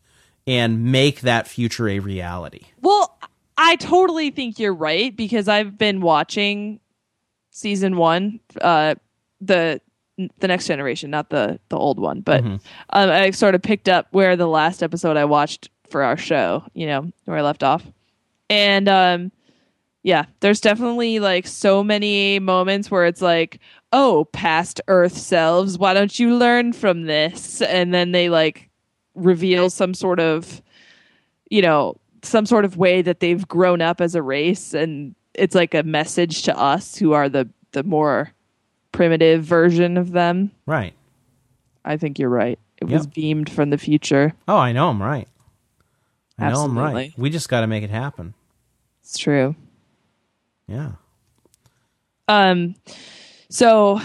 Speaker 1: and make that future a reality.
Speaker 2: well, I totally think you're right because I've been watching season 1 uh the the next generation, not the the old one, but um, I sort of picked up where the last episode I watched for our show, you know, where I left off. And um yeah, there's definitely like so many moments where it's like, "Oh, past earth selves, why don't you learn from this?" And then they like reveal some sort of you know some sort of way that they've grown up as a race and it's like a message to us who are the the more primitive version of them
Speaker 1: Right.
Speaker 2: i think you're right it was
Speaker 1: Yep.
Speaker 2: beamed from the future
Speaker 1: Oh, I know I'm right. I know I'm
Speaker 2: Absolutely.
Speaker 1: right. We just got to make it happen.
Speaker 2: it's true
Speaker 1: Yeah.
Speaker 2: um so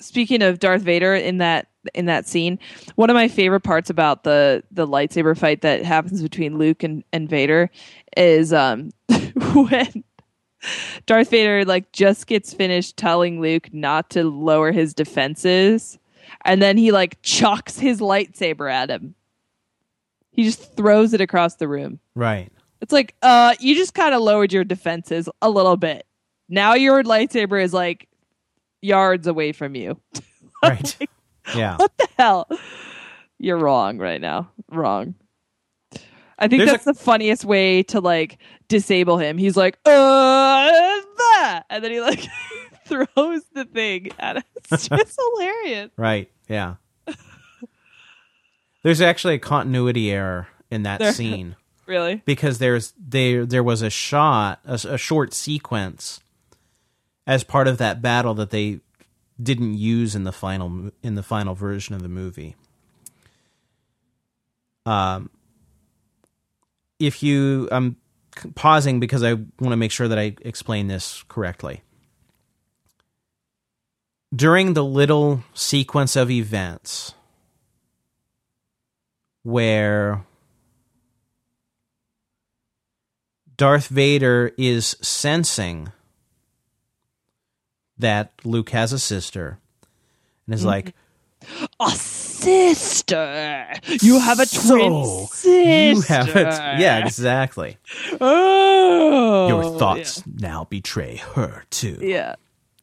Speaker 2: speaking of darth vader in that in that scene one of my favorite parts about the the lightsaber fight that happens between luke and and vader is um when darth vader like just gets finished telling luke not to lower his defenses and then he like chucks his lightsaber at him he just throws it across the room
Speaker 1: Right.
Speaker 2: it's like, uh, you just kind of lowered your defenses a little bit. Now your lightsaber is like yards away from you.
Speaker 1: Right. yeah.
Speaker 2: What the hell? You're wrong right now. Wrong. I think
Speaker 1: There's
Speaker 2: that's the funniest way to like disable him. He's like, uh, blah," and then he like throws the thing at us. It's just hilarious.
Speaker 1: Right. Yeah. There's actually a continuity error in that
Speaker 2: There-
Speaker 1: scene.
Speaker 2: Really?
Speaker 1: because there's there there was a shot a, s- a short sequence as part of that battle that they didn't use in the final mo- in the final version of the movie um if you i'm c- pausing because i want to make sure that i explain this correctly during the little sequence of events where Darth Vader is sensing that Luke has a sister and is like,
Speaker 2: A sister. You have a
Speaker 1: So,
Speaker 2: twin sister.
Speaker 1: You have it. Yeah, exactly.
Speaker 2: Oh.
Speaker 1: Your thoughts now betray her too.
Speaker 2: Yeah. yeah.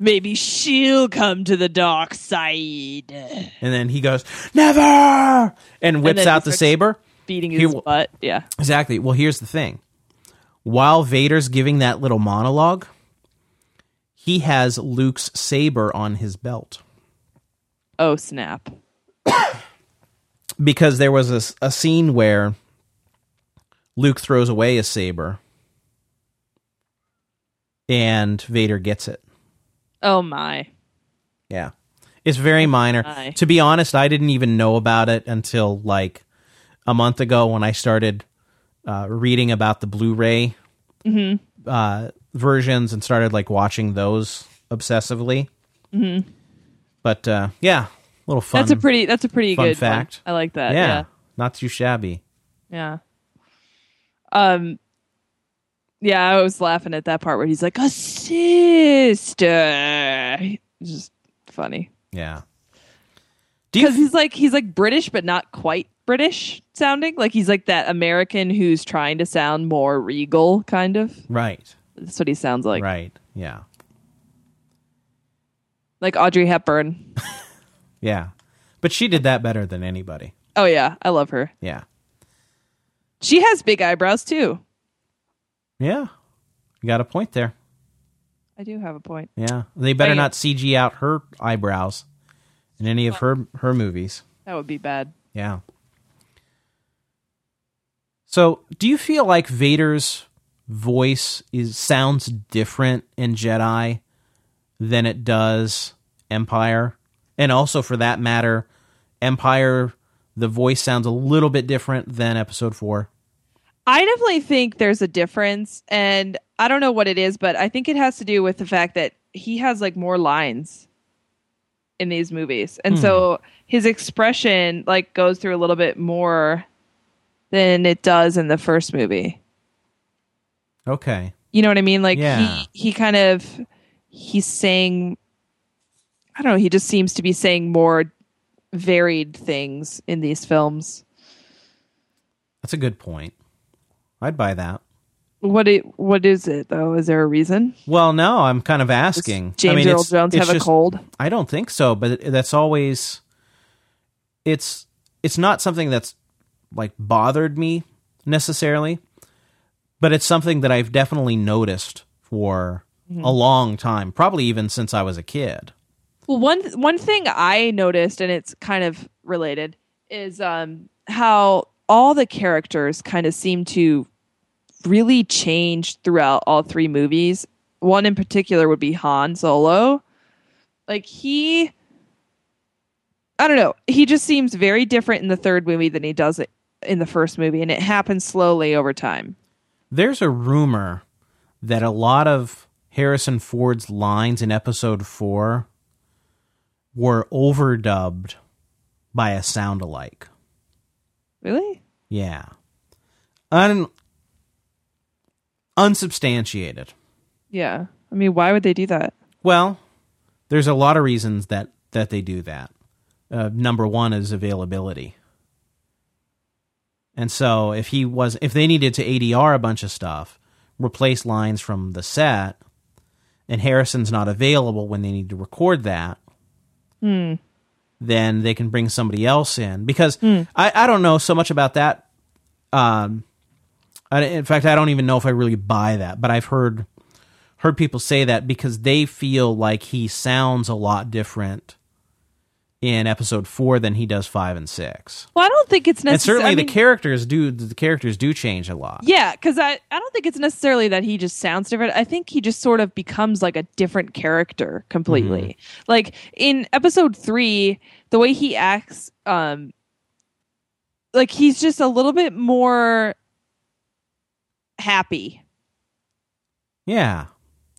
Speaker 2: Maybe she'll come to the dark side.
Speaker 1: And then he goes, Never! And whips
Speaker 2: then
Speaker 1: out the
Speaker 2: he starts-
Speaker 1: saber.
Speaker 2: Beating
Speaker 1: He
Speaker 2: his
Speaker 1: will-
Speaker 2: butt. Yeah.
Speaker 1: Exactly. Well, here's the thing. While Vader's giving that little monologue, he has Luke's saber on his belt
Speaker 2: Oh snap.
Speaker 1: because there was a, s- a scene where Luke throws away a saber and Vader gets it.
Speaker 2: Oh my.
Speaker 1: Yeah. It's very minor.
Speaker 2: Aye.
Speaker 1: To be honest, I didn't even know about it until like a month ago when I started uh, reading about the Blu-ray
Speaker 2: Mm-hmm.
Speaker 1: uh, versions and started like watching those obsessively. Mm-hmm. But uh, yeah, little fun.
Speaker 2: That's a pretty. That's a pretty
Speaker 1: fun
Speaker 2: good one.
Speaker 1: fact.
Speaker 2: I like that.
Speaker 1: yeah,
Speaker 2: Yeah.
Speaker 1: not too shabby.
Speaker 2: Yeah. Um. Yeah, I was laughing at that part where he's like a sister. It's Just funny
Speaker 1: Yeah. Do
Speaker 2: because
Speaker 1: you?
Speaker 2: he's like he's like British, but not quite British sounding. Like he's like that American who's trying to sound more regal, kind of.
Speaker 1: Right.
Speaker 2: That's what he sounds like.
Speaker 1: Right. Yeah.
Speaker 2: Like Audrey Hepburn.
Speaker 1: Yeah. But she did that better than anybody.
Speaker 2: Oh yeah, I love her.
Speaker 1: Yeah.
Speaker 2: She has big eyebrows too.
Speaker 1: Yeah. You got a point there.
Speaker 2: I do have a point.
Speaker 1: Yeah, they better
Speaker 2: Right.
Speaker 1: not CG out her eyebrows in any of her her movies.
Speaker 2: That would be bad.
Speaker 1: Yeah. So, do you feel like Vader's voice is sounds different in Jedi than it does Empire? And also for that matter, Empire the voice sounds a little bit different than episode 4.
Speaker 2: I definitely think there's a difference, and I don't know what it is, but I think it has to do with the fact that he has like more lines in these movies, and so his expression like goes through a little bit more than it does in the first movie.
Speaker 1: Okay.
Speaker 2: You know what I mean? Like
Speaker 1: Yeah.
Speaker 2: he he kind of he's saying I don't know, he just seems to be saying more varied things in these films.
Speaker 1: That's a good point. I'd buy that.
Speaker 2: What it what is it though? Is there a reason?
Speaker 1: Well, no, I'm kind of asking.
Speaker 2: James
Speaker 1: I mean,
Speaker 2: Earl
Speaker 1: it's-
Speaker 2: Jones
Speaker 1: it's
Speaker 2: have a
Speaker 1: just-
Speaker 2: cold?
Speaker 1: I don't think so, but it- that's always it's it's not something that's like bothered me necessarily, but it's something that I've definitely noticed for a long time, probably even since I was a kid.
Speaker 2: Well, one one thing I noticed, and it's kind of related, is um, how all the characters kind of seem to really change throughout all three movies. One in particular would be Han Solo. Like he, I don't know, he just seems very different in the third movie than he does it in the first movie, and it happens slowly over time.
Speaker 1: There's a rumor that a lot of Harrison Ford's lines in episode 4 were overdubbed by a sound alike.
Speaker 2: Really?
Speaker 1: Yeah. Un unsubstantiated.
Speaker 2: Yeah. I mean, why would they do that?
Speaker 1: Well, there's a lot of reasons that that they do that. Uh, number one is availability. And so if he was if they needed to ADR a bunch of stuff, replace lines from the set, and Harrison's not available when they need to record that, then they can bring somebody else in. Because I, I don't know so much about that. Um, I, in fact, I don't even know if I really buy that, but I've heard heard people say that because they feel like he sounds a lot different in episode four than he does five and six.
Speaker 2: Well, I don't think it's
Speaker 1: And
Speaker 2: necessarily.
Speaker 1: certainly the characters do the characters do change a lot.
Speaker 2: Yeah, because I, I don't think it's necessarily that he just sounds different. I think he just sort of becomes like a different character completely.
Speaker 1: Mm-hmm.
Speaker 2: Like in episode three, the way he acts, um, like he's just a little bit more happy.
Speaker 1: Yeah.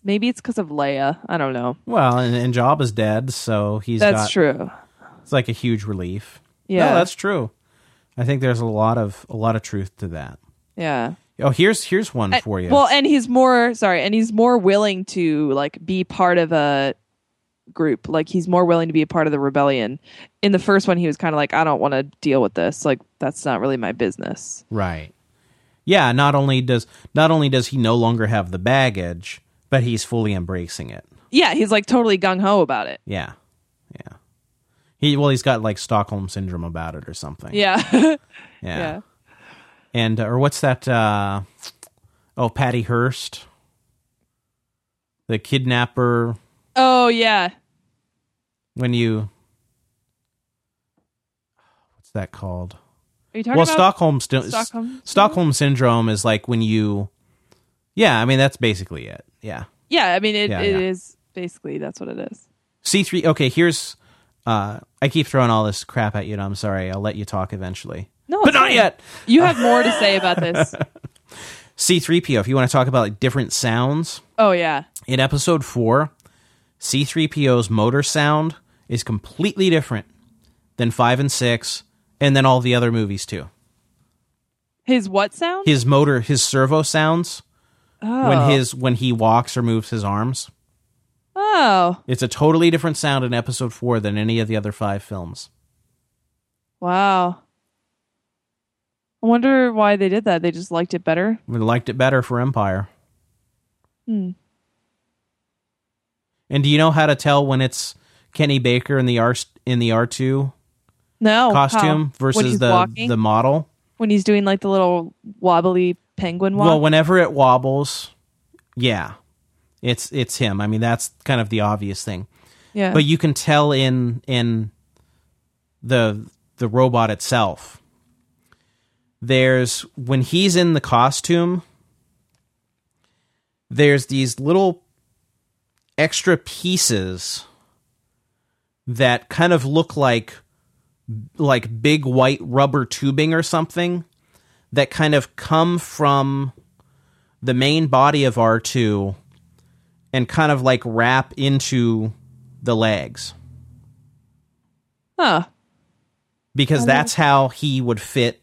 Speaker 2: Maybe it's because of Leia. I don't know.
Speaker 1: Well, and, and Jabba's dead, so he's
Speaker 2: That's
Speaker 1: got,
Speaker 2: true.
Speaker 1: It's like a huge relief.
Speaker 2: Yeah.
Speaker 1: no, that's true. I think there's a lot of a lot of truth to that.
Speaker 2: yeah.
Speaker 1: Oh, here's here's one
Speaker 2: And-
Speaker 1: for you.
Speaker 2: Uh, Well, and he's more sorry, and he's more willing to like be part of a group. Like he's more willing to be a part of the rebellion. In the first one, he was kind of like, I don't want to deal with this. Like that's not really my business.
Speaker 1: right. Yeah. Not only does not only does he no longer have the baggage, but he's fully embracing it.
Speaker 2: Yeah, he's like totally gung ho about it.
Speaker 1: Yeah. Yeah. He well, he's got like Stockholm syndrome about it or something.
Speaker 2: Yeah,
Speaker 1: Yeah.
Speaker 2: yeah.
Speaker 1: And uh, or what's that? Uh, oh, Patty Hearst, the kidnapper.
Speaker 2: Oh yeah,
Speaker 1: When you what's that called?
Speaker 2: are you talking
Speaker 1: Well,
Speaker 2: about
Speaker 1: Stockholm, sti-
Speaker 2: Stockholm?
Speaker 1: Stockholm syndrome is like when you. Yeah, I mean that's basically it. Yeah.
Speaker 2: Yeah, I mean it. it is
Speaker 1: Yeah, yeah.
Speaker 2: basically that's what it is.
Speaker 1: C three. Okay, here's. Uh, I keep throwing all this crap at you, and I'm sorry. I'll let you talk eventually,
Speaker 2: No,
Speaker 1: but
Speaker 2: it's
Speaker 1: not
Speaker 2: fine.
Speaker 1: yet.
Speaker 2: You have more to say about this.
Speaker 1: C three PO. If you want to talk about like different sounds
Speaker 2: Oh yeah,
Speaker 1: in episode four, C three PO's motor sound is completely different than five and six, and then all the other movies too.
Speaker 2: his what sound?
Speaker 1: His motor, his servo sounds
Speaker 2: oh.
Speaker 1: when his when he walks or moves his arms.
Speaker 2: oh
Speaker 1: It's a totally different sound in episode four than any of the other five films.
Speaker 2: wow. I wonder why they did that. They just liked it better.
Speaker 1: We liked it better for Empire.
Speaker 2: Hmm.
Speaker 1: And do you know how to tell when it's Kenny Baker in the R in the R two
Speaker 2: No Oh, how?
Speaker 1: costume
Speaker 2: when
Speaker 1: versus
Speaker 2: he's
Speaker 1: the
Speaker 2: walking,
Speaker 1: the model?
Speaker 2: when he's doing like the little wobbly penguin walk.
Speaker 1: Well, whenever it wobbles, yeah, it's it's him. I mean, that's kind of the obvious thing.
Speaker 2: yeah,
Speaker 1: But you can tell in in the the robot itself. There's when he's in the costume. There's these little extra pieces that kind of look like like big white rubber tubing or something that kind of come from the main body of R2 and kind of like wrap into the legs
Speaker 2: huh?
Speaker 1: because that's how he would fit.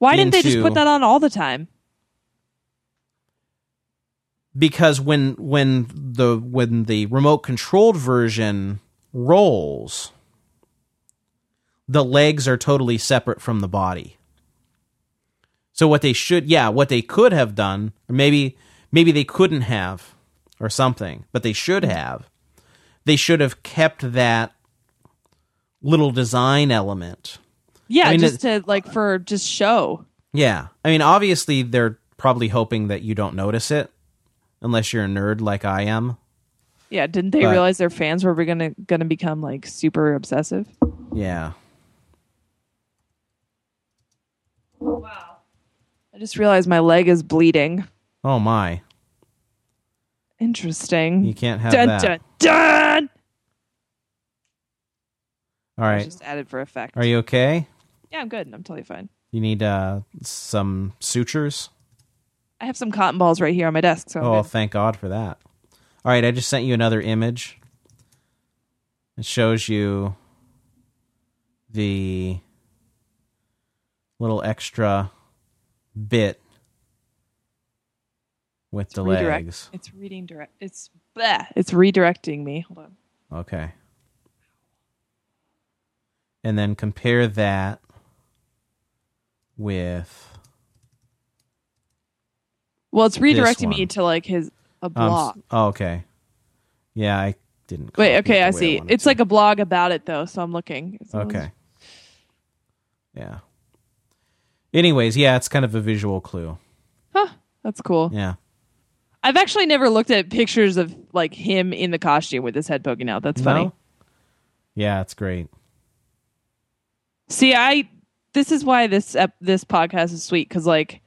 Speaker 2: Why didn't they just
Speaker 1: into-
Speaker 2: put that on all the time?
Speaker 1: Because when when the when the remote controlled version rolls, the legs are totally separate from the body. So what they should, yeah, what they could have done, or maybe maybe they couldn't have, or something, but they should have. They should have kept that little design element
Speaker 2: Yeah,
Speaker 1: I mean,
Speaker 2: just to like for just show.
Speaker 1: Yeah. I mean, obviously, they're probably hoping that you don't notice it unless you're a nerd like I am.
Speaker 2: Yeah, didn't they
Speaker 1: But-
Speaker 2: realize their fans were gonna gonna become like super obsessive?
Speaker 1: Yeah.
Speaker 2: I just realized my leg is bleeding.
Speaker 1: Oh, my.
Speaker 2: Interesting.
Speaker 1: You can't have
Speaker 2: dun,
Speaker 1: that.
Speaker 2: dun dun
Speaker 1: All
Speaker 2: It was
Speaker 1: right.
Speaker 2: Just added for effect.
Speaker 1: Are you okay?
Speaker 2: Yeah, I'm good. I'm totally fine.
Speaker 1: You need uh, some sutures?
Speaker 2: I have some cotton balls right here on my desk, so I'm
Speaker 1: Oh,
Speaker 2: good.
Speaker 1: thank God for that. All right. I just sent you another image. It shows you the little extra bit with the
Speaker 2: redirect.
Speaker 1: legs.
Speaker 2: It's reading direct. It's bleh. It's redirecting me. Hold on.
Speaker 1: Okay. And then compare that with
Speaker 2: Well, it's redirecting me
Speaker 1: one.
Speaker 2: to like his a
Speaker 1: um,
Speaker 2: blog.
Speaker 1: s- oh, okay. Yeah, I didn't. copy
Speaker 2: Wait,
Speaker 1: it
Speaker 2: okay,
Speaker 1: the
Speaker 2: I
Speaker 1: way
Speaker 2: see.
Speaker 1: wanted
Speaker 2: It's
Speaker 1: to.
Speaker 2: like a blog about it though, so I'm looking. So it's-
Speaker 1: okay. Yeah. Anyways, yeah, it's kind of a visual clue.
Speaker 2: Huh. That's cool.
Speaker 1: Yeah.
Speaker 2: I've actually never looked at pictures of like him in the costume with his head poking out. That's funny.
Speaker 1: No? Yeah, it's great.
Speaker 2: See, I this is why this ep- this podcast is sweet because like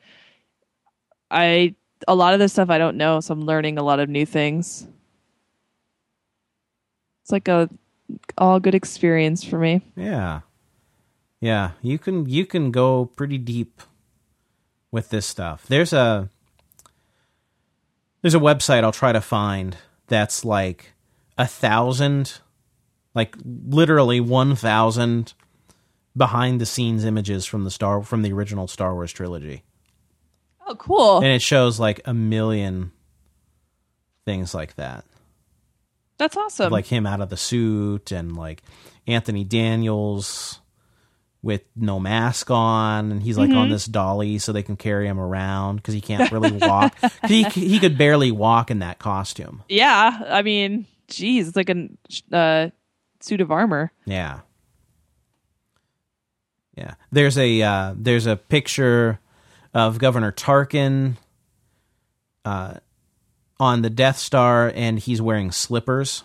Speaker 2: I a lot of this stuff I don't know, so I'm learning a lot of new things. It's like a all good experience for me.
Speaker 1: Yeah. Yeah, you can you can go pretty deep with this stuff. There's a there's a website I'll try to find that's like a thousand, like literally one thousand behind the scenes images from the Star from the original Star Wars trilogy,
Speaker 2: Oh, cool.
Speaker 1: and it shows like a million things like that,
Speaker 2: That's awesome.
Speaker 1: like him out of the suit and like Anthony Daniels with no mask on and he's like on this dolly so they can carry him around because he can't really walk he, he could barely walk in that costume
Speaker 2: yeah. I mean, geez, it's like a uh, suit of armor.
Speaker 1: Yeah. Yeah. There's a uh, there's a picture of Governor Tarkin uh, on the Death Star, and he's wearing slippers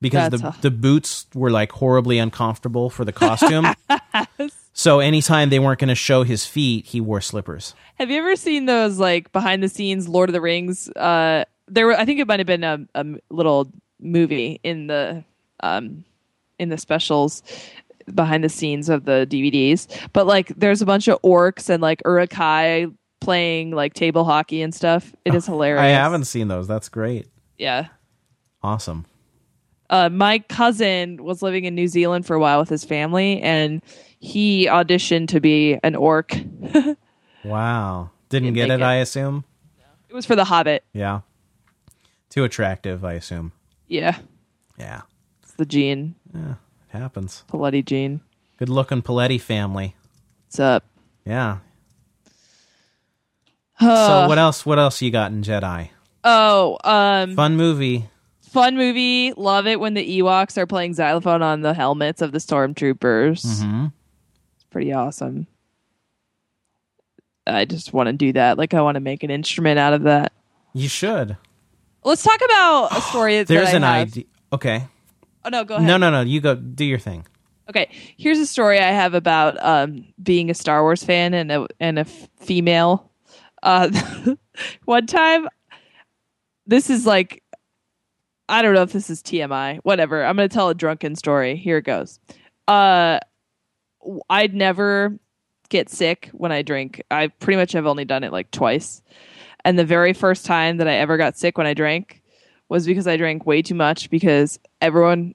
Speaker 1: because
Speaker 2: That's
Speaker 1: the
Speaker 2: aw-
Speaker 1: the boots were like horribly uncomfortable for the costume. so anytime they weren't going to show his feet, he wore slippers.
Speaker 2: Have you ever seen those like behind the scenes Lord of the Rings? Uh, there were, I think it might have been a, a little movie in the um, in the specials behind the scenes of the DVDs. But like, there's a bunch of orcs and like urukai playing like table hockey and stuff. It is hilarious.
Speaker 1: I haven't seen those. That's great.
Speaker 2: Yeah.
Speaker 1: Awesome.
Speaker 2: uh, my cousin was living in New Zealand for a while with his family, and he auditioned to be an orc. it
Speaker 1: Wow. Didn't
Speaker 2: Didn't
Speaker 1: get it,
Speaker 2: make it.
Speaker 1: I assume.
Speaker 2: was for The Hobbit.
Speaker 1: Yeah. Too attractive, I assume.
Speaker 2: Yeah,
Speaker 1: Yeah.
Speaker 2: it's the Gene,
Speaker 1: It happens.
Speaker 2: Paletti Gene.
Speaker 1: Good looking Paletti family.
Speaker 2: What's up?
Speaker 1: Yeah.
Speaker 2: Uh,
Speaker 1: so what else what else you got in Jedi?
Speaker 2: oh, um,
Speaker 1: Fun movie.
Speaker 2: fun movie. Love it when the Ewoks are playing xylophone on the helmets of the stormtroopers.
Speaker 1: Mm-hmm.
Speaker 2: It's pretty awesome. I just want to do that. Like, I want to make an instrument out of that.
Speaker 1: You should.
Speaker 2: Let's talk about a story that
Speaker 1: There's
Speaker 2: I
Speaker 1: an
Speaker 2: have.
Speaker 1: idea. Okay.
Speaker 2: Oh no, go ahead.
Speaker 1: No, no, no. You go do your thing.
Speaker 2: Okay, here's a story I have about um, being a Star Wars fan and a and a f- female. Uh, one time, this is like, I don't know if this is TMI. Whatever. I'm gonna tell a drunken story. Here it goes. Uh, w- I'd never get sick when I drink. I pretty much have only done it like twice, and the very first time that I ever got sick when I drank was because I drank way too much because everyone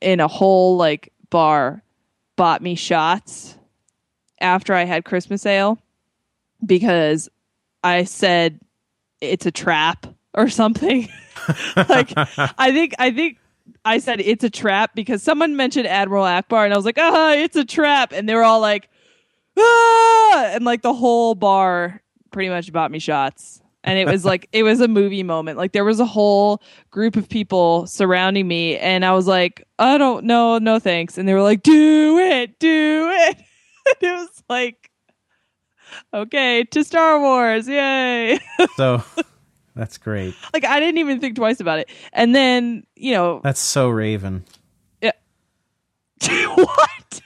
Speaker 2: in a whole like bar bought me shots after I had Christmas ale because I said it's a trap or something. like I think I think I said it's a trap because someone mentioned Admiral Akbar and I was like, "Ah, it's a trap." And they were all like, "Ah!" And like the whole bar pretty much bought me shots. And it was like it was a movie moment. Like there was a whole group of people surrounding me and I was like, I don't know, no thanks. And they were like, do it, do it. and it was like, okay, to Star Wars, yay.
Speaker 1: So that's great.
Speaker 2: like I didn't even think twice about it. And then, you know,
Speaker 1: That's so Raven.
Speaker 2: what?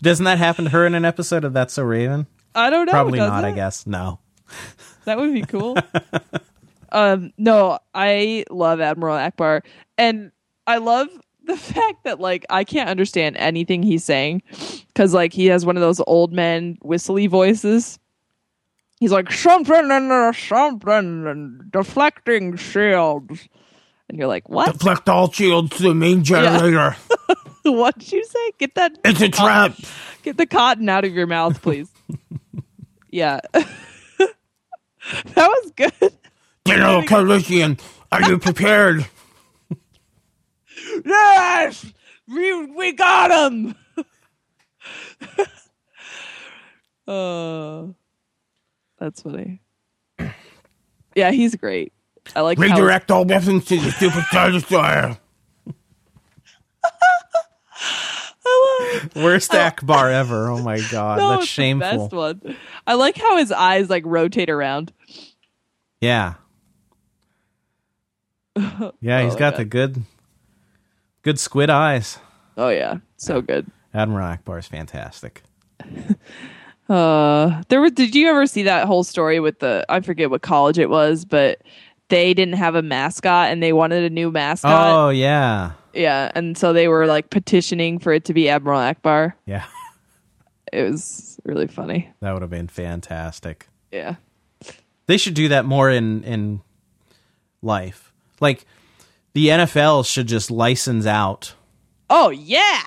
Speaker 1: Doesn't that happen to her in an episode of That's So Raven?
Speaker 2: I don't know.
Speaker 1: Probably
Speaker 2: does
Speaker 1: not,
Speaker 2: it?
Speaker 1: I guess. No.
Speaker 2: That would be cool. um, no, I love Admiral Akbar, and I love the fact that like I can't understand anything he's saying because like he has one of those old men whistly voices. He's like something and something and deflecting shields, and you're like, what?
Speaker 3: Deflect all shields to the main generator.
Speaker 2: what did you say? Get that
Speaker 3: It's a trap.
Speaker 2: Get the cotton out of your mouth, please. yeah, that was good.
Speaker 3: General Calrissian, are you prepared?
Speaker 2: Yes, we we got him. uh, that's funny. Yeah, he's great. I like how-
Speaker 3: Redirect all weapons to the Super Star Destroyer.
Speaker 2: I love-
Speaker 1: Worst Akbar ever. Oh my god.
Speaker 2: no,
Speaker 1: That's
Speaker 2: it's the
Speaker 1: shameful.
Speaker 2: best one. I like how his eyes like rotate around.
Speaker 1: Yeah. Yeah, he's
Speaker 2: Oh,
Speaker 1: got
Speaker 2: God.
Speaker 1: the good good squid eyes.
Speaker 2: Oh yeah, so good.
Speaker 1: Admiral Akbar is fantastic.
Speaker 2: Uh, there was. Did you ever see that whole story with the? I forget what college it was, but they didn't have a mascot and they wanted a new mascot.
Speaker 1: Oh yeah.
Speaker 2: Yeah, and so they were like petitioning for it to be Admiral Akbar.
Speaker 1: Yeah.
Speaker 2: It was really funny.
Speaker 1: That would have been fantastic.
Speaker 2: Yeah.
Speaker 1: They should do that more in in life. Like the NFL should just license out
Speaker 2: Oh yeah.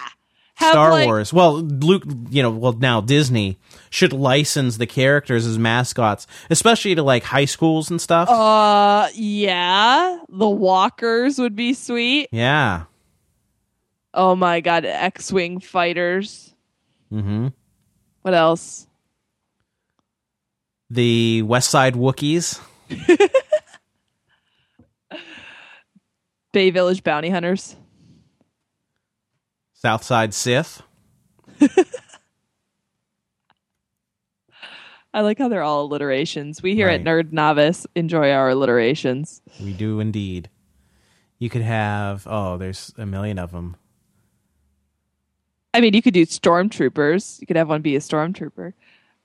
Speaker 2: Have,
Speaker 1: Star
Speaker 2: like-
Speaker 1: Wars. Well, Luke, you know, well now Disney should license the characters as mascots, especially to like high schools and stuff.
Speaker 2: Uh yeah. The walkers would be sweet.
Speaker 1: yeah.
Speaker 2: Oh my god, X Wing fighters.
Speaker 1: hmm
Speaker 2: What else?
Speaker 1: The West Side Wookiees.
Speaker 2: Bay Village bounty hunters.
Speaker 1: Southside Sith.
Speaker 2: I like how they're all alliterations. We here
Speaker 1: Right.
Speaker 2: at Nerd Novice enjoy our alliterations.
Speaker 1: We do indeed. You could have oh, there's a million of them.
Speaker 2: I mean, you could do stormtroopers. You could have one be a stormtrooper.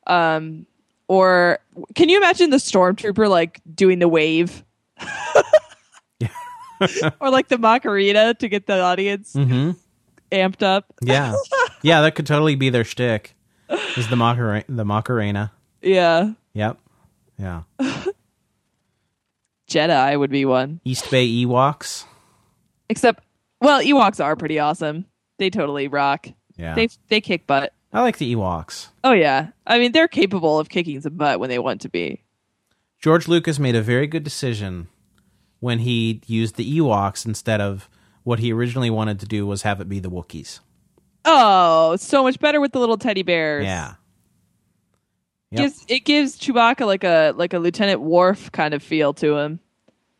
Speaker 2: Um, or can you imagine the stormtrooper like doing the wave? or like the macarena to get the audience
Speaker 1: Mm-hmm.
Speaker 2: amped up.
Speaker 1: Yeah, yeah, that could totally be their shtick. Is the Macarena? The Macarena.
Speaker 2: Yeah.
Speaker 1: Yep. Yeah.
Speaker 2: Jedi would be one.
Speaker 1: East Bay Ewoks.
Speaker 2: Except, well, Ewoks are pretty awesome. They totally rock.
Speaker 1: Yeah.
Speaker 2: They they kick butt.
Speaker 1: I like the Ewoks.
Speaker 2: Oh yeah. I mean, they're capable of kicking some butt when they want to be.
Speaker 1: George Lucas made a very good decision when he used the Ewoks instead of what he originally wanted to do was have it be the Wookiees.
Speaker 2: Oh, so much better with the little teddy bears.
Speaker 1: Yeah. Yep.
Speaker 2: gives it gives Chewbacca like a like a Lieutenant Worf kind of feel to him.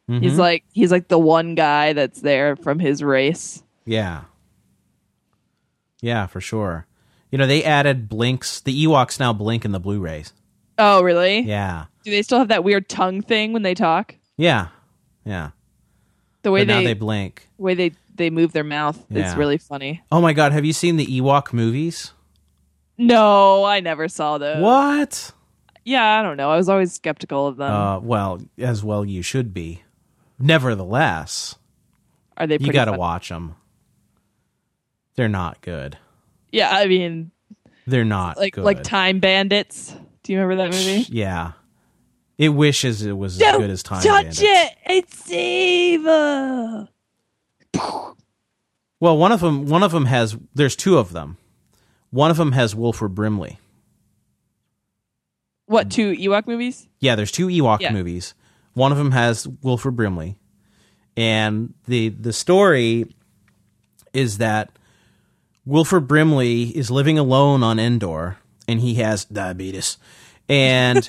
Speaker 2: He's
Speaker 1: Mhm.
Speaker 2: like he's like the one guy that's there from his race.
Speaker 1: Yeah. Yeah, for sure. You know, they added blinks. The Ewoks now blink in the Blu-rays.
Speaker 2: Oh, really?
Speaker 1: Yeah.
Speaker 2: Do they still have that weird tongue thing when they talk?
Speaker 1: Yeah. Yeah.
Speaker 2: The way
Speaker 1: but now
Speaker 2: they,
Speaker 1: they blink.
Speaker 2: way they they move their mouth
Speaker 1: Yeah.
Speaker 2: is really funny.
Speaker 1: Oh my god, have you seen the Ewok movies?
Speaker 2: No, I never saw those.
Speaker 1: what?
Speaker 2: Yeah, I don't know. I was always skeptical of them.
Speaker 1: Uh, well, as well you should be. Nevertheless,
Speaker 2: Are they?
Speaker 1: you
Speaker 2: Pretty
Speaker 1: got to
Speaker 2: fun-
Speaker 1: watch them. They're not good.
Speaker 2: Yeah, I mean,
Speaker 1: They're not
Speaker 2: like
Speaker 1: good.
Speaker 2: like Time Bandits. Do you remember that movie?
Speaker 1: yeah. It wishes it was as
Speaker 2: Don't
Speaker 1: good as time.
Speaker 2: touch
Speaker 1: Bandits.
Speaker 2: it. It's evil.
Speaker 1: Well, one of them one of them has there's two of them. One of them has Wilford Brimley.
Speaker 2: What two Ewok movies?
Speaker 1: Yeah, there's two Ewok
Speaker 2: Yeah.
Speaker 1: movies. One of them has Wilford Brimley, and the the story is that Wilford Brimley is living alone on Endor, and he has diabetes, and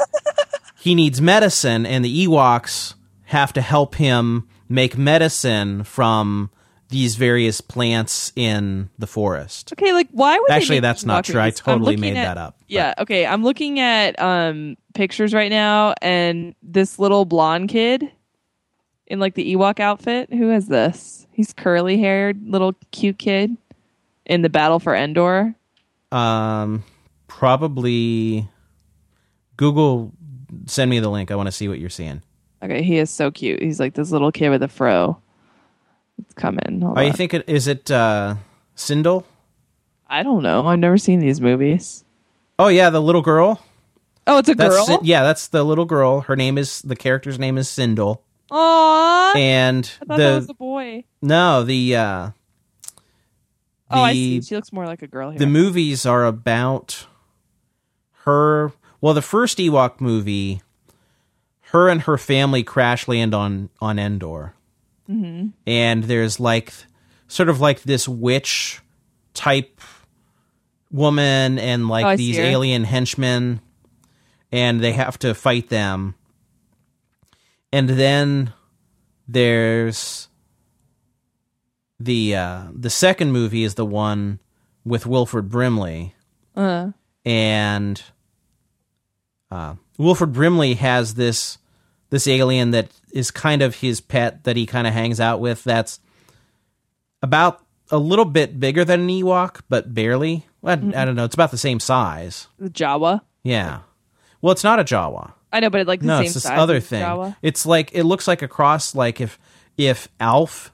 Speaker 1: he needs medicine, and the Ewoks have to help him make medicine from these various plants in the forest.
Speaker 2: Okay, like why would they
Speaker 1: Actually,
Speaker 2: make
Speaker 1: that's
Speaker 2: these
Speaker 1: not
Speaker 2: Ewok
Speaker 1: true. I
Speaker 2: movies? I'm
Speaker 1: totally
Speaker 2: looking
Speaker 1: made
Speaker 2: at-
Speaker 1: that up. but-
Speaker 2: Yeah, okay. I'm looking at um pictures right now, and this little blonde kid in like the Ewok outfit. Who is this? He's curly haired, little cute kid in the battle for Endor.
Speaker 1: Um, probably Google. Send me the link. I want to see what you're seeing.
Speaker 2: Okay, he is so cute. He's like this little kid with a fro. It's coming. Hold
Speaker 1: Are Oh, you
Speaker 2: on.
Speaker 1: thinking? Is it uh, Sindel?
Speaker 2: I don't know. I've never seen these movies.
Speaker 1: Oh yeah, the little girl.
Speaker 2: Oh, it's a
Speaker 1: That's
Speaker 2: girl.
Speaker 1: Sin- yeah, that's the little girl. Her name is the character's name is Sindel,
Speaker 2: Aww.
Speaker 1: and
Speaker 2: I thought that
Speaker 1: the
Speaker 2: was a boy.
Speaker 1: no the uh, the
Speaker 2: oh, I see. She looks more like a girl here.
Speaker 1: the movies are about her. Well, the first Ewok movie, her and her family crash land on on Endor, mm-hmm. and there's like sort of like this witch type woman and like
Speaker 2: Oh, I see
Speaker 1: these
Speaker 2: her.
Speaker 1: alien henchmen, and they have to fight them. And then there's the uh, the second movie is the one with Wilford Brimley,
Speaker 2: uh,
Speaker 1: and uh, Wilford Brimley has this this alien that is kind of his pet that he kind of hangs out with. That's about a little bit bigger than an Ewok, but barely. Well, I, I don't know. It's about the same size.
Speaker 2: the Jawa.
Speaker 1: Yeah. Well, it's not a Jawa.
Speaker 2: I know, but it, like the
Speaker 1: no,
Speaker 2: same
Speaker 1: it's this
Speaker 2: size
Speaker 1: other
Speaker 2: as
Speaker 1: thing.
Speaker 2: Jawa.
Speaker 1: It's like it looks like a cross. Like if if Alf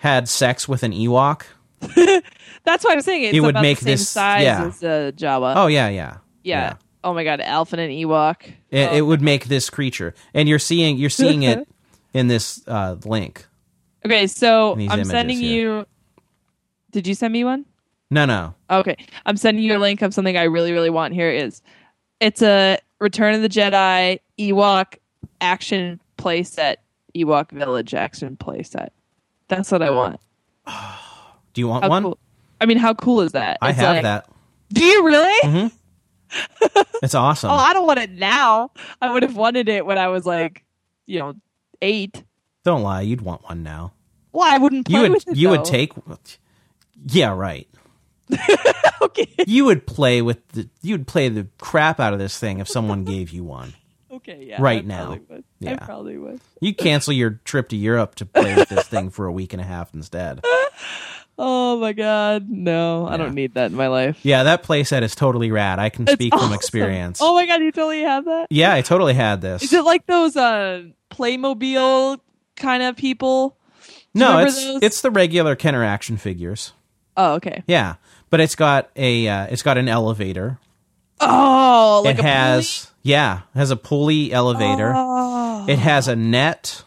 Speaker 1: had sex with an Ewok.
Speaker 2: That's why I'm saying it's
Speaker 1: It would
Speaker 2: about
Speaker 1: make
Speaker 2: the same
Speaker 1: this-
Speaker 2: size
Speaker 1: yeah.
Speaker 2: as a Jawa.
Speaker 1: Oh yeah, yeah,
Speaker 2: yeah. Oh my god, Alf and an Ewok. Um,
Speaker 1: It, it would make this creature, and you're seeing you're seeing it in this uh, link.
Speaker 2: Okay, so I'm
Speaker 1: These images,
Speaker 2: sending
Speaker 1: yeah.
Speaker 2: you. Did you send me one?
Speaker 1: No, no,
Speaker 2: Okay, I'm sending you a link of something I really, really want. Here it is. It's a Return of the Jedi Ewok action playset, Ewok Village action playset. That's what I want.
Speaker 1: do you want
Speaker 2: How
Speaker 1: one?
Speaker 2: Oh, cool- I mean, how cool is that?
Speaker 1: I
Speaker 2: It's
Speaker 1: have
Speaker 2: like-
Speaker 1: that.
Speaker 2: Do you really?
Speaker 1: It's awesome.
Speaker 2: Oh, I don't want it now. I would have wanted it when I was like, you know, eight.
Speaker 1: Don't lie, you'd want one now.
Speaker 2: Well, I wouldn't play
Speaker 1: You would
Speaker 2: with it.
Speaker 1: you would
Speaker 2: though.
Speaker 1: take Yeah, right.
Speaker 2: Okay.
Speaker 1: You would play with the you'd play the crap out of this thing if someone gave you one.
Speaker 2: Okay. Yeah.
Speaker 1: Right
Speaker 2: I
Speaker 1: now.
Speaker 2: probably would. I
Speaker 1: Yeah.
Speaker 2: probably would.
Speaker 1: You cancel your trip to Europe to play with this thing for a week and a half instead.
Speaker 2: Oh my god, no! I
Speaker 1: Yeah.
Speaker 2: don't need that in my life.
Speaker 1: Yeah, that playset is totally rad. I can
Speaker 2: That's
Speaker 1: speak
Speaker 2: awesome.
Speaker 1: from experience.
Speaker 2: Oh my god, you totally have that.
Speaker 1: Yeah, I totally had this.
Speaker 2: Is it like those uh Playmobil kind of people? Do you
Speaker 1: no,
Speaker 2: remember
Speaker 1: it's
Speaker 2: those?
Speaker 1: it's the regular Kenner action figures.
Speaker 2: oh okay.
Speaker 1: Yeah, but it's got a uh, it's got an elevator.
Speaker 2: Oh, like
Speaker 1: it
Speaker 2: a
Speaker 1: has yeah, it has a pulley
Speaker 2: pulley?
Speaker 1: elevator.
Speaker 2: Oh.
Speaker 1: It has a net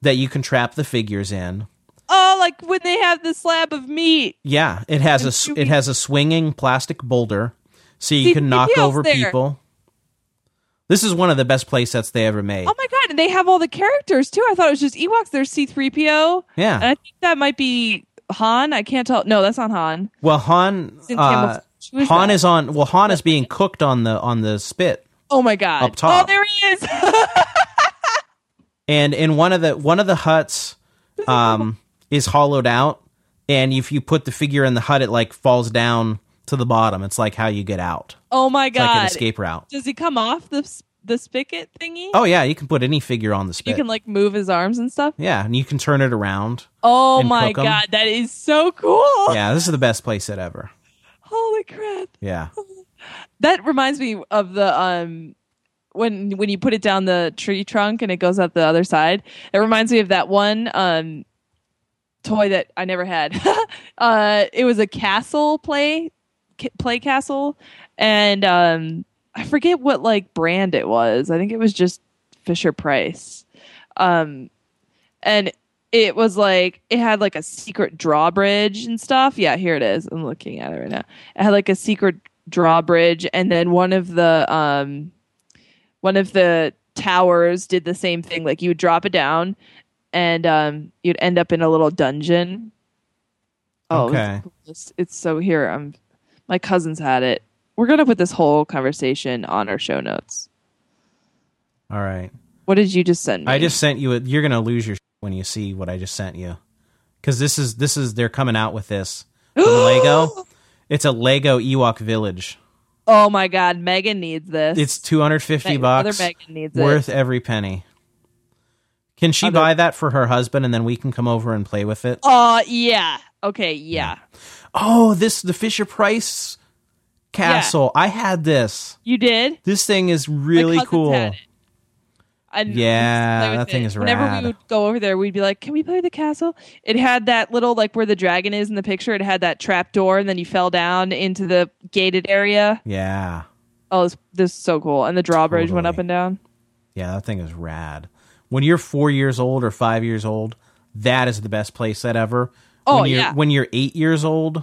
Speaker 1: that you can trap the figures in.
Speaker 2: oh, like when they have the slab of meat.
Speaker 1: Yeah, it has a
Speaker 2: And
Speaker 1: s-
Speaker 2: do
Speaker 1: it
Speaker 2: we-
Speaker 1: has a swinging plastic boulder, so you
Speaker 2: See,
Speaker 1: can
Speaker 2: the
Speaker 1: knock
Speaker 2: video's
Speaker 1: over
Speaker 2: there.
Speaker 1: people. This is one of the best playsets they ever made.
Speaker 2: Oh my god, and they have all the characters too. I thought it was just Ewoks. There's C3PO. And
Speaker 1: yeah.
Speaker 2: I think that might be Han. I can't tell. No, that's not Han.
Speaker 1: Well, Han
Speaker 2: It's in
Speaker 1: uh,
Speaker 2: camouflage. Who is
Speaker 1: Han
Speaker 2: that?
Speaker 1: is on. Well, Han is being cooked on the on the spit.
Speaker 2: Oh my god.
Speaker 1: up top.
Speaker 2: Oh, there he is.
Speaker 1: and in one of the one of the huts um is hollowed out and if you put the figure in the hut it like falls down to the bottom it's like how you get out
Speaker 2: oh my
Speaker 1: it's like an
Speaker 2: god.
Speaker 1: escape route
Speaker 2: Does he come off the s- the spigot thingy?
Speaker 1: oh yeah you can put any figure on the
Speaker 2: you
Speaker 1: spit
Speaker 2: can like move his arms and stuff.
Speaker 1: yeah and you can turn it around
Speaker 2: Oh
Speaker 1: And
Speaker 2: my
Speaker 1: cook 'em.
Speaker 2: god, that is so cool!
Speaker 1: yeah this is the best playset ever
Speaker 2: Holy crap!
Speaker 1: yeah
Speaker 2: Oh. That reminds me of the um when when you put it down the tree trunk and it goes out the other side. It reminds me of that one um toy that I never had. uh, it was a castle play ca- play castle, and um I forget what like brand it was. I think it was just Fisher Price. Um, and it was like it had like a secret drawbridge and stuff. Yeah, here it is. I'm looking at it right now. It had like a secret drawbridge, and then one of the um, one of the towers did the same thing. Like you would drop it down, and um, you'd end up in a little dungeon. Oh, it was the
Speaker 1: Okay.
Speaker 2: coolest. it's so here. I'm. My cousins had it. We're gonna put this whole conversation on our show notes.
Speaker 1: all right
Speaker 2: What did you just send me?
Speaker 1: i just sent you a, you're gonna lose your shit when you see what i just sent you because this is this is they're coming out with this from lego it's a lego ewok village
Speaker 2: Oh my god, Megan needs this.
Speaker 1: it's 250
Speaker 2: Meg-
Speaker 1: bucks
Speaker 2: Other Megan needs
Speaker 1: worth
Speaker 2: it.
Speaker 1: every penny. Can she
Speaker 2: Other-
Speaker 1: buy that for her husband and then we can come over and play with it?
Speaker 2: Oh yeah. Okay, yeah.
Speaker 1: Oh, this the Fisher Price castle. I had this.
Speaker 2: You did?
Speaker 1: This thing is
Speaker 2: My
Speaker 1: really
Speaker 2: cousins
Speaker 1: cool.
Speaker 2: had it. And we
Speaker 1: Yeah,
Speaker 2: used to play
Speaker 1: that
Speaker 2: with
Speaker 1: thing
Speaker 2: it.
Speaker 1: is
Speaker 2: Whenever
Speaker 1: rad.
Speaker 2: we would go over there, we'd be like, "Can we play the castle?" It had that little like where the dragon is in the picture. It had that trap door, and then you fell down into the gated area.
Speaker 1: Yeah.
Speaker 2: Oh, this, this is so cool! And the drawbridge went up
Speaker 1: Totally.
Speaker 2: and down.
Speaker 1: Yeah, that thing is rad. When you're 4 years old or 5 years old, that is the best playset ever.
Speaker 2: Oh,
Speaker 1: when you're,
Speaker 2: yeah.
Speaker 1: When you're 8 years old,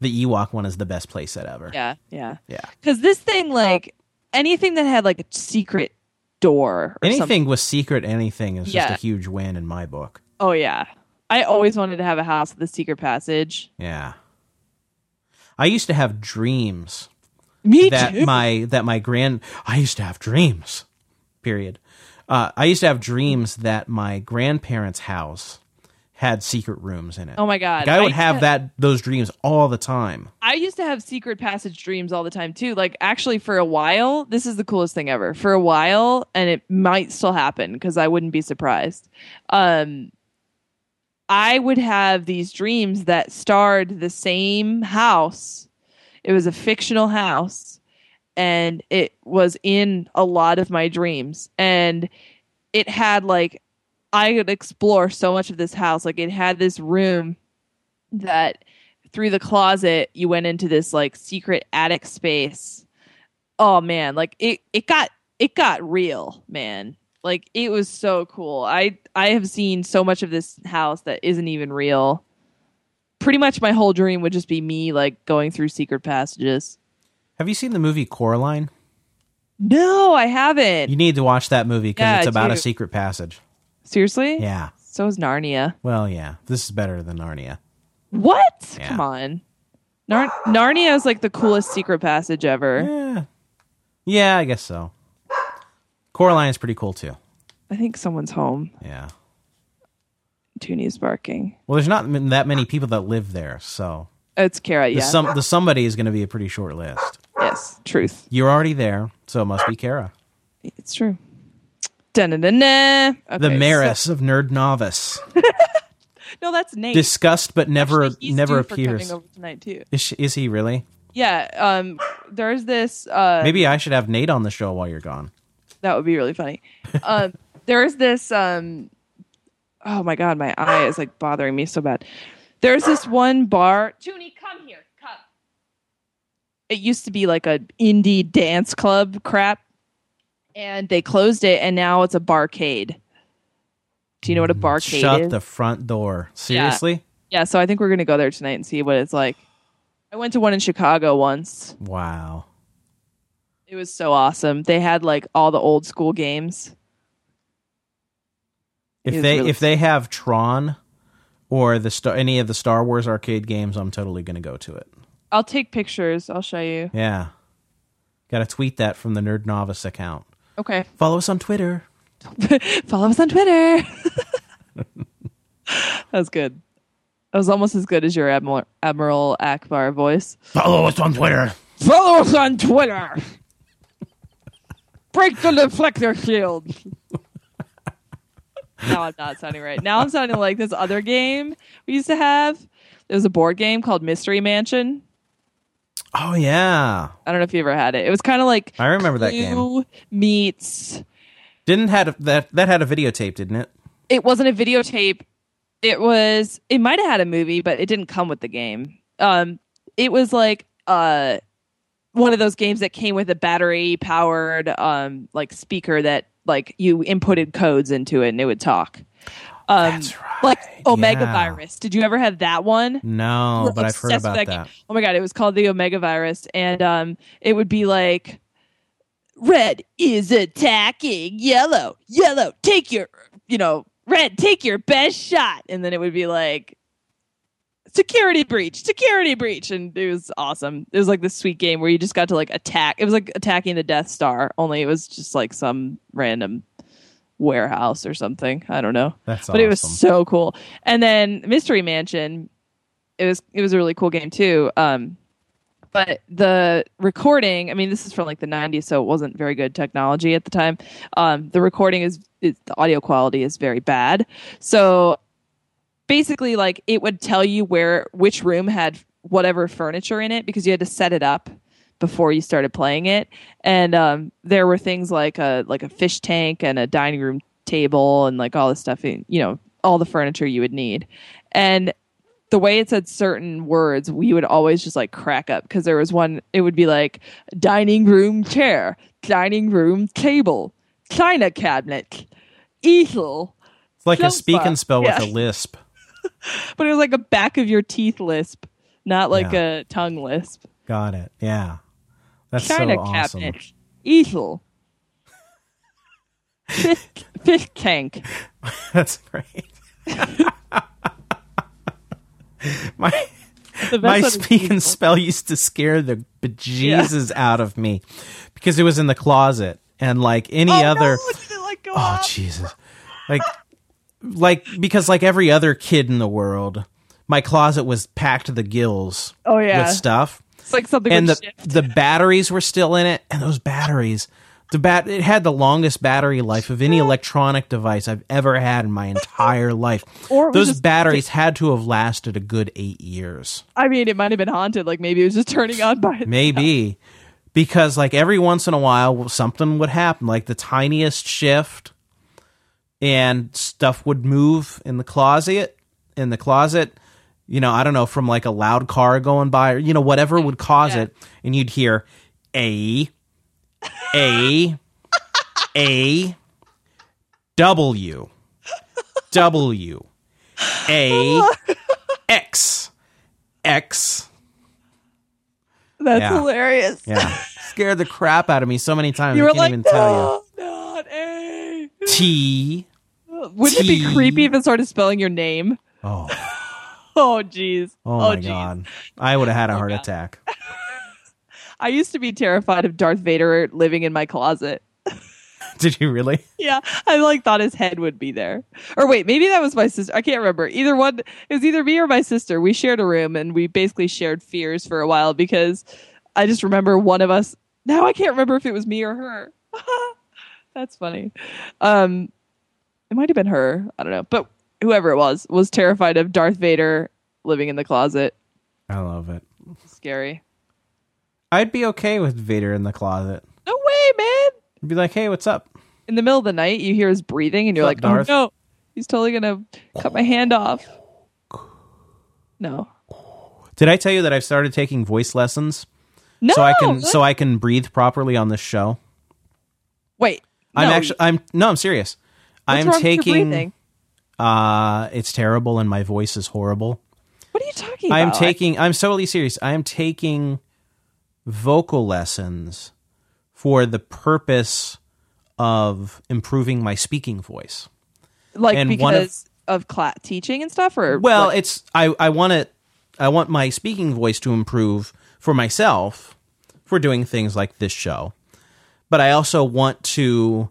Speaker 1: the Ewok one is the best playset ever.
Speaker 2: Yeah, yeah,
Speaker 1: Yeah.
Speaker 2: Because this thing, like anything that had like a secret door, or something.
Speaker 1: Anything with secret anything is
Speaker 2: Yeah.
Speaker 1: just a huge win in my book.
Speaker 2: Oh yeah. I always wanted to have a house with a secret passage.
Speaker 1: Yeah. I used to have dreams
Speaker 2: Me
Speaker 1: that my that my grand I used to have dreams. Period. Uh, I used to have dreams that my grandparents' house had secret rooms in it.
Speaker 2: oh my god.
Speaker 1: like I would
Speaker 2: used
Speaker 1: have
Speaker 2: to,
Speaker 1: that those dreams all the time.
Speaker 2: I used to have secret passage dreams all the time too. Like actually for a while, this is the coolest thing ever. For a while, and it might still happen because I wouldn't be surprised. Um I would have these dreams that starred the same house. It was a fictional house and it was in a lot of my dreams and it had like I could explore so much of this house. Like it had this room that through the closet you went into this like secret attic space oh man, like it it got it got real, man. Like it was so cool. I I have seen so much of this house that isn't even real. Pretty much my whole dream would just be me like going through secret passages.
Speaker 1: Have you seen the movie Coraline?
Speaker 2: No, I haven't.
Speaker 1: You need to watch that movie because
Speaker 2: Yeah,
Speaker 1: it's
Speaker 2: I
Speaker 1: about a
Speaker 2: do.
Speaker 1: secret passage.
Speaker 2: Seriously?
Speaker 1: Yeah.
Speaker 2: So is Narnia.
Speaker 1: Well, yeah. This is better than Narnia.
Speaker 2: What?
Speaker 1: Yeah.
Speaker 2: Come on. Nar- Narnia is like the coolest secret passage ever.
Speaker 1: Yeah. Yeah, I guess so. Coraline is pretty cool too.
Speaker 2: I think someone's home.
Speaker 1: Yeah.
Speaker 2: Toonie's barking.
Speaker 1: Well, there's not m- that many people that live there, so
Speaker 2: It's Kara.
Speaker 1: the
Speaker 2: Yeah.
Speaker 1: some the somebody is going to be a pretty short list.
Speaker 2: yes. Truth.
Speaker 1: You're already there, so it must be Kara,
Speaker 2: It's true. Dun-dun-dun-dun. Okay,
Speaker 1: the
Speaker 2: so-
Speaker 1: Maris of Nerd Novice,
Speaker 2: no, that's Nate.
Speaker 1: discussed but never
Speaker 2: Actually, he's
Speaker 1: never
Speaker 2: due for
Speaker 1: appears.
Speaker 2: coming over tonight too.
Speaker 1: Is, she, is he really?
Speaker 2: Yeah. Um. There's this. Uh,
Speaker 1: Maybe I should have Nate on the show while you're gone.
Speaker 2: That would be really funny. Um, there's this. Um, oh my god, my eye is like bothering me so bad. There's this one bar. Toonie, come here. Come. It used to be like a indie dance club crap, and they closed it, and now it's a barcade. Do you know what a barcade
Speaker 1: Mm-hmm. Shut
Speaker 2: is?
Speaker 1: the front door. Seriously?
Speaker 2: yeah, so I think we're gonna go there tonight and see what it's like. I went to one in Chicago once.
Speaker 1: Wow.
Speaker 2: It was so awesome. They had like all the old school games.
Speaker 1: If
Speaker 2: It's
Speaker 1: they
Speaker 2: really-
Speaker 1: if they have Tron or the star, any of the Star Wars arcade games, I'm totally going to go to it.
Speaker 2: I'll take pictures. I'll show you.
Speaker 1: Yeah. Got to tweet that from the Nerd Novice account.
Speaker 2: Okay.
Speaker 1: Follow us on Twitter.
Speaker 2: Follow us on Twitter. that was good. That was almost as good as your Admiral, Admiral Akbar voice.
Speaker 3: Follow us on Twitter.
Speaker 2: Follow us on Twitter. Break the deflector shield. now I'm not sounding right. Now I'm sounding like this other game we used to have. There was a board game called Mystery Mansion.
Speaker 1: Oh yeah.
Speaker 2: I don't know if you ever had it. It was kind of like
Speaker 1: I remember that game.
Speaker 2: Clue meets.
Speaker 1: Didn't had a, that that had a videotape, didn't it?
Speaker 2: It wasn't a videotape. It was. It might have had a movie, but it didn't come with the game. Um, it was like uh, one of those games that came with a battery powered um like speaker that like you inputted codes into it and it would talk. Um,
Speaker 1: That's right.
Speaker 2: Like Omega
Speaker 1: Yeah.
Speaker 2: Virus. Did you ever have that one?
Speaker 1: No,
Speaker 2: were
Speaker 1: but I've heard
Speaker 2: obsessed with
Speaker 1: about that.
Speaker 2: game. Oh my god, it was called the Omega Virus, and um, it would be like red is attacking yellow, yellow take your you know red take your best shot, and then it would be like security breach, security breach, and it was awesome. It was like this sweet game where you just got to like attack. It was like attacking the Death Star, only it was just like some random warehouse or something. I don't know
Speaker 1: That's
Speaker 2: but
Speaker 1: awesome.
Speaker 2: it was so cool. And then Mystery Mansion, it was it was a really cool game too. Um, but the recording, I mean, this is from like the '90s, so it wasn't very good technology at the time. Um, the recording is, is the audio quality is very bad. So basically, like it would tell you where which room had whatever furniture in it because you had to set it up before you started playing it and um, there were things like a like a fish tank and a dining room table and like all this stuff you know all the furniture you would need and the way it said certain words we would always just like crack up because there was one it would be like dining room chair dining room table china cabinet easel
Speaker 1: it's like a
Speaker 2: Sofa.
Speaker 1: speak and spell
Speaker 2: Yeah.
Speaker 1: with a lisp.
Speaker 2: but it was like a back of your teeth lisp not like
Speaker 1: Yeah.
Speaker 2: a tongue lisp
Speaker 1: Got it. Yeah. That's
Speaker 2: China
Speaker 1: so awesome.
Speaker 2: cabinet, easel, fish, fish tank.
Speaker 1: That's great. My
Speaker 2: The best
Speaker 1: my
Speaker 2: one is
Speaker 1: speak and
Speaker 2: easel.
Speaker 1: spell used to scare the bejesus out of me because it was in the closet and like any
Speaker 2: Oh,
Speaker 1: other
Speaker 2: no, did it, like, go
Speaker 1: oh
Speaker 2: off?
Speaker 1: jesus like like because like every other kid in the world my closet was packed to the gills
Speaker 2: Oh, yeah.
Speaker 1: with stuff
Speaker 2: It's like something.
Speaker 1: and the
Speaker 2: with shit.
Speaker 1: the batteries were still in it and those batteries the bat it had the longest battery life of any electronic device I've ever had in my entire life.
Speaker 2: Or it was
Speaker 1: those
Speaker 2: just-
Speaker 1: batteries had to have lasted a good 8 years.
Speaker 2: I mean, it might have been haunted. Like maybe it was just turning on by.
Speaker 1: Maybe. Because like every once in a while something would happen, like the tiniest shift and stuff would move in the closet in the closet, you know, I don't know, from like a loud car going by or you know, whatever would cause
Speaker 2: Yeah.
Speaker 1: it, and you'd hear a A A W W A X X.
Speaker 2: That's
Speaker 1: Yeah.
Speaker 2: hilarious.
Speaker 1: Yeah, scared the crap out of me so many times.
Speaker 2: You
Speaker 1: I
Speaker 2: were
Speaker 1: can't
Speaker 2: like,
Speaker 1: even tell
Speaker 2: no, not A.
Speaker 1: you. T.
Speaker 2: Wouldn't it
Speaker 1: T.
Speaker 2: be creepy if it started spelling your name?
Speaker 1: Oh,
Speaker 2: Oh, jeez.
Speaker 1: oh my
Speaker 2: jeez.
Speaker 1: god, I would have had a heart attack.
Speaker 2: I used to be terrified of Darth Vader living in my closet.
Speaker 1: Did you really?
Speaker 2: Yeah, I like thought his head would be there. Or wait, maybe that was my sister. I can't remember. Either one it was either me or my sister. We shared a room and we basically shared fears for a while because I just remember one of us. Now I can't remember if it was me or her. That's funny. Um, it might have been her. I don't know, but whoever it was was terrified of Darth Vader living in the closet.
Speaker 1: I love it.
Speaker 2: Scary.
Speaker 1: I'd be okay with Vader in the closet.
Speaker 2: No way, man.
Speaker 1: I'd be like, hey, what's up?
Speaker 2: in the middle of the night you hear his breathing and you're
Speaker 1: What's
Speaker 2: like
Speaker 1: up,
Speaker 2: oh
Speaker 1: Darth?"
Speaker 2: no he's totally gonna cut my hand off no
Speaker 1: Did I tell you that I've started taking voice lessons
Speaker 2: no
Speaker 1: so I can
Speaker 2: what?
Speaker 1: so I can breathe properly on this show?
Speaker 2: wait
Speaker 1: I'm
Speaker 2: no.
Speaker 1: actually I'm no, I'm serious.
Speaker 2: What's
Speaker 1: I'm
Speaker 2: wrong with your breathing?
Speaker 1: taking uh it's terrible and my voice is horrible.
Speaker 2: what are you talking
Speaker 1: I am
Speaker 2: about
Speaker 1: taking I'm totally serious. I am taking vocal lessons for the purpose of improving my speaking voice.
Speaker 2: like
Speaker 1: and one of-
Speaker 2: because of, cla- teaching and stuff or
Speaker 1: Well,
Speaker 2: like-
Speaker 1: it's I I want it. I want my speaking voice to improve for myself for doing things like this show, but I also want to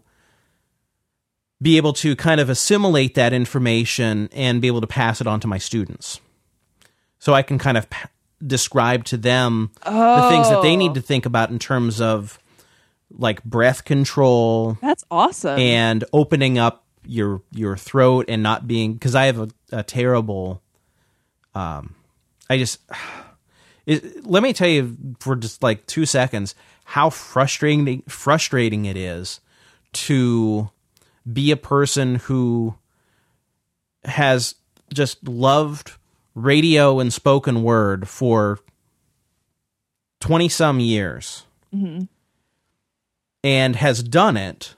Speaker 1: be able to kind of assimilate that information and be able to pass it on to my students, so I can kind of p- describe to them the things that
Speaker 2: Oh.
Speaker 1: they need to think about in terms of like breath control,
Speaker 2: that's awesome
Speaker 1: and opening up your your throat and not being because I have a, a terrible, um, I just it, let me tell you for just like two seconds how frustrating frustrating it is to be a person who has just loved radio and spoken word for 20 some years and has done it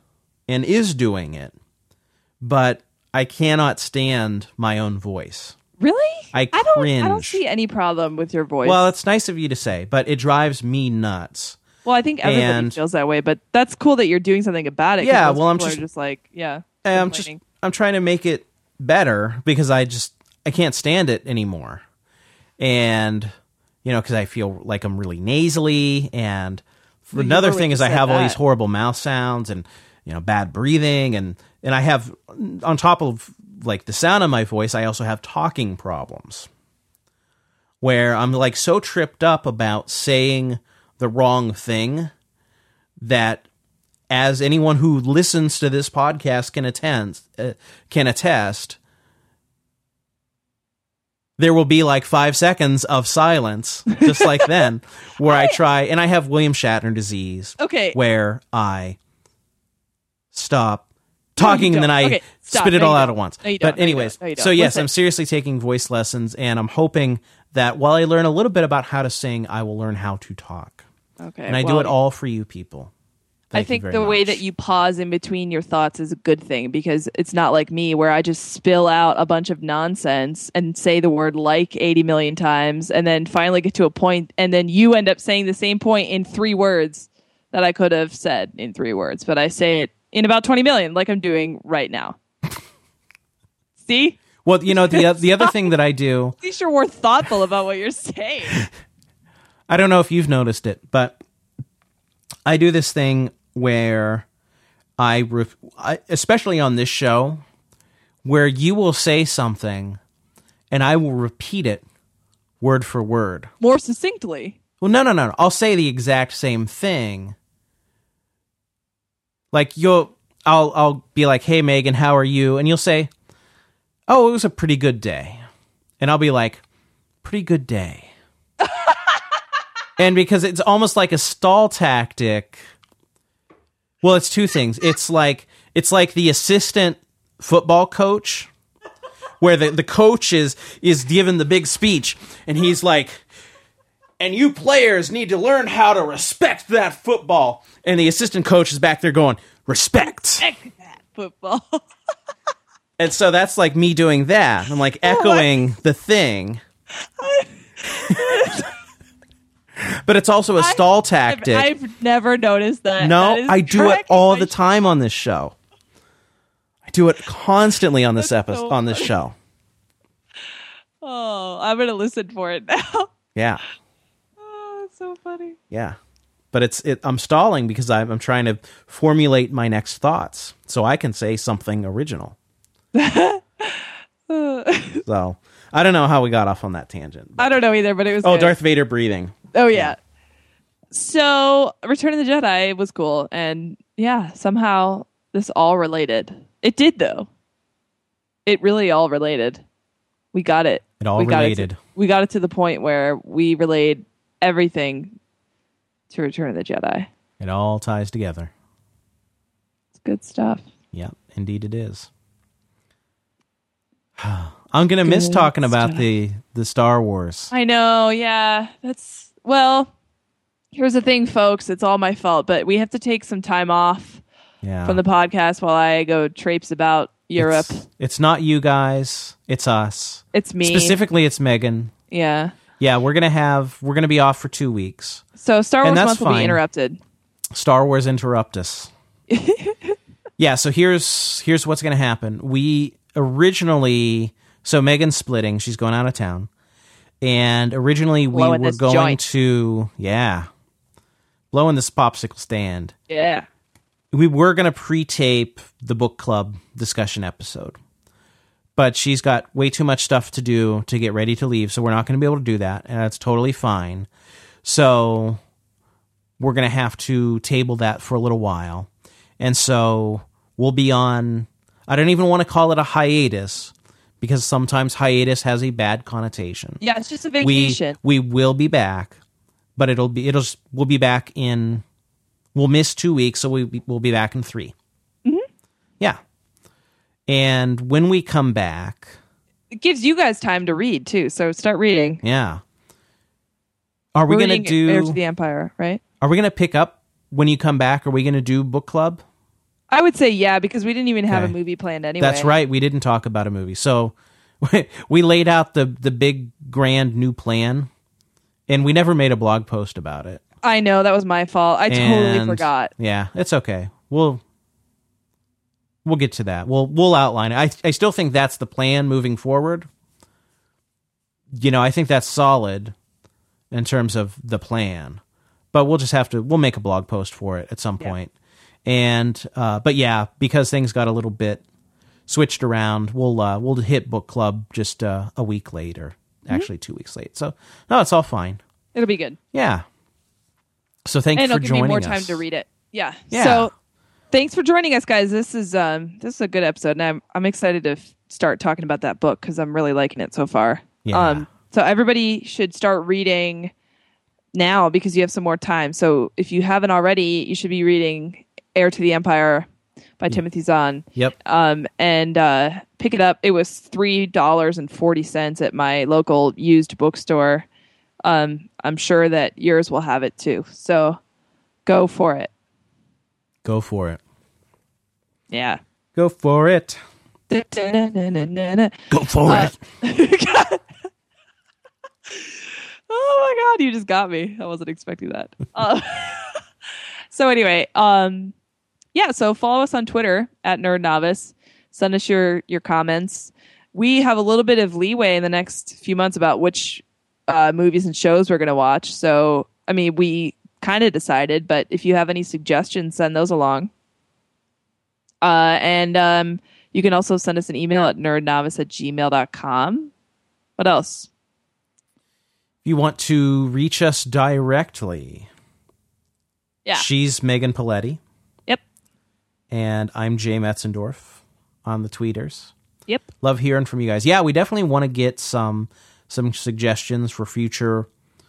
Speaker 1: and is doing it, but I cannot stand my own voice.
Speaker 2: really
Speaker 1: I
Speaker 2: don't i don't
Speaker 1: cringe.
Speaker 2: see any problem with your voice
Speaker 1: Well,
Speaker 2: well,
Speaker 1: it's nice of you to say, but it drives me nuts.
Speaker 2: i think everybody
Speaker 1: and-
Speaker 2: feels that way but that's cool that you're doing something about it 'cause
Speaker 1: Yeah,
Speaker 2: most
Speaker 1: well, I'm
Speaker 2: people are
Speaker 1: just-
Speaker 2: just like yeah
Speaker 1: And I'm just
Speaker 2: complaining.
Speaker 1: I'm trying to make it better because I just I can't stand it anymore. And you know, cuz I feel like I'm really nasally and another
Speaker 2: really
Speaker 1: thing is I
Speaker 2: said
Speaker 1: have all these
Speaker 2: that.
Speaker 1: horrible mouth sounds and you know, bad breathing and and I have on top of like the sound of my voice, I also have talking problems. where I'm like so tripped up about saying the wrong thing that as anyone who listens to this podcast can attend uh, can attest there will be like 5 seconds of silence just like then where I try and I have William Shatner disease
Speaker 2: okay
Speaker 1: where I stop talking
Speaker 2: don't.
Speaker 1: and then I
Speaker 2: Okay, stop.
Speaker 1: spit it
Speaker 2: No, you
Speaker 1: all out
Speaker 2: don't.
Speaker 1: at once.
Speaker 2: No, you don't.
Speaker 1: But
Speaker 2: No, you
Speaker 1: anyways,
Speaker 2: don't. No, you don't.
Speaker 1: so yes,
Speaker 2: Listen.
Speaker 1: I'm seriously taking voice lessons and I'm hoping that while I learn a little bit about how to sing, I will learn how to talk.
Speaker 2: okay
Speaker 1: And I do
Speaker 2: well,
Speaker 1: it all for you people. Thank
Speaker 2: I think
Speaker 1: you very
Speaker 2: the way
Speaker 1: much.
Speaker 2: that you pause in between your thoughts is a good thing because it's not like me where I just spill out a bunch of nonsense and say the word like 80 million times and then finally get to a point and then you end up saying the same point in three words that I could have said in three words, but I say it in about 20 million like I'm doing right now. See?
Speaker 1: Well, you know, the the other thing that I do,
Speaker 2: At least you're more thoughtful about what you're saying.
Speaker 1: I don't know if you've noticed it, but I do this thing where I, ref- I especially on this show where you will say something and I will repeat it word for word.
Speaker 2: More succinctly.
Speaker 1: Well, no, no, no. no. I'll say the exact same thing. Like you'll, I'll, I'll be like, "Hey, Megan, how are you?" And you'll say, "Oh, it was a pretty good day," and I'll be like, "Pretty good day." and because it's almost like a stall tactic. Well, it's two things. It's like it's like the assistant football coach, where the the coach is is given the big speech, and he's like and you players need to learn how to respect that football. And the assistant coach is back there going, respect.
Speaker 2: Heck, that football.
Speaker 1: And so that's like me doing that. I'm like echoing the thing. but it's also a stall
Speaker 2: I've,
Speaker 1: tactic.
Speaker 2: I've never noticed that.
Speaker 1: no,
Speaker 2: That is
Speaker 1: I do it
Speaker 2: correct.
Speaker 1: all
Speaker 2: I
Speaker 1: the time on this show. I do it constantly on this
Speaker 2: That's
Speaker 1: episode
Speaker 2: so
Speaker 1: on this show.
Speaker 2: Oh, I'm gonna listen for it now.
Speaker 1: Yeah.
Speaker 2: Oh, it's so funny.
Speaker 1: Yeah. But it's it, I'm stalling because I'm, I'm trying to formulate my next thoughts so I can say something original. so I don't know how we got off on that tangent. but-
Speaker 2: I don't know either, but it was.
Speaker 1: oh,
Speaker 2: good.
Speaker 1: Darth Vader breathing.
Speaker 2: Oh yeah. So Return of the Jedi was cool, and yeah, somehow this all related. It did though. It really all related. We got it.
Speaker 1: It all
Speaker 2: we got It
Speaker 1: related.
Speaker 2: to, we got it to the point where we relayed everything to Return of the Jedi.
Speaker 1: It all ties together.
Speaker 2: It's good stuff.
Speaker 1: Yep, indeed it is. I'm gonna miss
Speaker 2: Good
Speaker 1: talking about
Speaker 2: stuff.
Speaker 1: the the Star Wars.
Speaker 2: I know. Yeah, that's well. Here's the thing, folks. It's all my fault, but we have to take some time off
Speaker 1: Yeah,
Speaker 2: from the podcast while I go traipse about Europe.
Speaker 1: It's, it's not you guys. It's us.
Speaker 2: It's, me.
Speaker 1: Specifically, it's Megan.
Speaker 2: Yeah.
Speaker 1: Yeah, we're gonna have we're gonna be off for two weeks.
Speaker 2: So Star
Speaker 1: And
Speaker 2: Wars
Speaker 1: that's
Speaker 2: month will be
Speaker 1: fine.
Speaker 2: interrupted.
Speaker 1: Star Wars interrupt us. yeah, so here's here's what's going to happen. We originally so Megan's splitting, she's going out of town. And originally we
Speaker 2: Blowing
Speaker 1: were
Speaker 2: this
Speaker 1: going
Speaker 2: joint.
Speaker 1: to yeah. Blowing this popsicle stand.
Speaker 2: Yeah.
Speaker 1: We were going to pre-tape the book club discussion episode. But she's got way too much stuff to do to get ready to leave, so we're not going to be able to do that, and that's totally fine. So we're going to have to table that for a little while. And so we'll be on, I don't even want to call it a hiatus because sometimes hiatus has a bad connotation.
Speaker 2: Yeah, it's just a
Speaker 1: We,
Speaker 2: vacation.
Speaker 1: we will be back, but it'll be, it'll, s- we'll be back in, we'll miss two weeks, so we, we'll be back in 3 Mm-hmm. Yeah. And when we come back,
Speaker 2: it gives you guys time to read too, so start reading.
Speaker 1: yeah. Are we going to
Speaker 2: Reading Heir to
Speaker 1: do,
Speaker 2: the Empire, right?
Speaker 1: are we going to pick up when you come back? Are we going to do book club?
Speaker 2: I would say yeah, because we didn't even have
Speaker 1: Okay.
Speaker 2: a movie planned anyway.
Speaker 1: That's right. We didn't talk about a movie. So we laid out the the big grand new plan, and we never made a blog post about it.
Speaker 2: I know that was my fault. I totally
Speaker 1: And-
Speaker 2: forgot.
Speaker 1: Yeah, it's okay. We'll we'll get to that. We'll we'll outline it. I I still think that's the plan moving forward. You know, I think that's solid in terms of the plan, but we'll just have to we'll make a blog post for it at some point. And uh, but yeah, because things got a little bit switched around, we'll uh, we'll hit book club just uh, a week later,
Speaker 2: Mm-hmm.
Speaker 1: actually two weeks late. So no, it's all fine.
Speaker 2: It'll be good.
Speaker 1: Yeah. So thank
Speaker 2: And
Speaker 1: you
Speaker 2: it'll
Speaker 1: for
Speaker 2: give
Speaker 1: joining
Speaker 2: me more
Speaker 1: us.
Speaker 2: time to read it. Yeah.
Speaker 1: Yeah.
Speaker 2: So thanks for joining us guys. This is um this is a good episode and I'm I'm excited to f- start talking about that book cuz I'm really liking it so far.
Speaker 1: Yeah.
Speaker 2: Um so everybody should start reading now because you have some more time. So if you haven't already, you should be reading Heir to the Empire by Timothy Zahn.
Speaker 1: Yep.
Speaker 2: Um and uh pick it up. It was $3.40 at my local used bookstore. Um I'm sure that yours will have it too. So go for it.
Speaker 1: Go for it.
Speaker 2: Yeah.
Speaker 1: Go for it.
Speaker 2: Da-da-da-da-da-da.
Speaker 3: Go for
Speaker 2: Uh,
Speaker 3: it.
Speaker 2: oh my god, you just got me. I wasn't expecting that. Uh, so anyway, um, yeah. So follow us on Twitter at Nerd Novice. Send us your your comments. We have a little bit of leeway in the next few months about which uh, movies and shows we're going to watch. So I mean, we kind of decided, but if you have any suggestions, send those along. Uh, and um, you can also send us an email at nerdnovice at gmail.com. What else?
Speaker 1: If you want to reach us directly,
Speaker 2: Yeah.
Speaker 1: she's Megan Paletti
Speaker 2: Yep.
Speaker 1: and I'm Jay Metzendorf on the tweeters.
Speaker 2: Yep.
Speaker 1: Love hearing from you guys. Yeah, we definitely want to get some some suggestions for future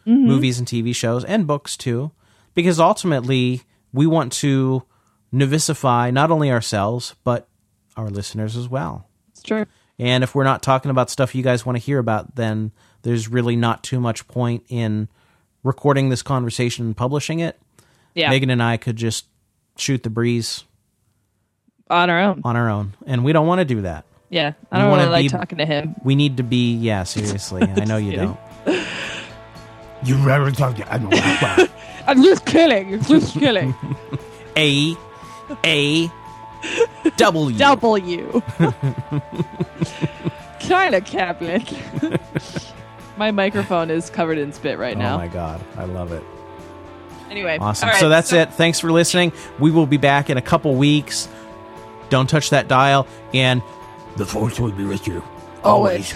Speaker 2: Mm-hmm.
Speaker 1: movies and TV shows and books too, because ultimately we want to novicify not only ourselves but our listeners as well.
Speaker 2: It's true.
Speaker 1: And if we're not talking about stuff you guys want to hear about, then there's really not too much point in recording this conversation and publishing it,
Speaker 2: Yeah,
Speaker 1: Megan and I could just shoot the breeze
Speaker 2: on our own.
Speaker 1: on our own, and we don't want to do that.
Speaker 2: Yeah,
Speaker 1: We
Speaker 2: I don't
Speaker 1: wanna
Speaker 2: really like
Speaker 1: be-
Speaker 2: talking to him.
Speaker 1: We need to be, yeah, seriously. I know you
Speaker 2: kidding.
Speaker 1: don't.
Speaker 3: You rather talk to I don't like that.
Speaker 2: I'm just kidding. I'm just kidding.
Speaker 1: A, A, W.
Speaker 2: W. China cabinet. My microphone is covered in spit right
Speaker 1: Oh
Speaker 2: now.
Speaker 1: my god, I love it.
Speaker 2: Anyway,
Speaker 1: Awesome.
Speaker 2: all right,
Speaker 1: so that's it. Thanks for listening. We will be back in a couple weeks. Don't touch that dial and
Speaker 3: The force will be with you. Always.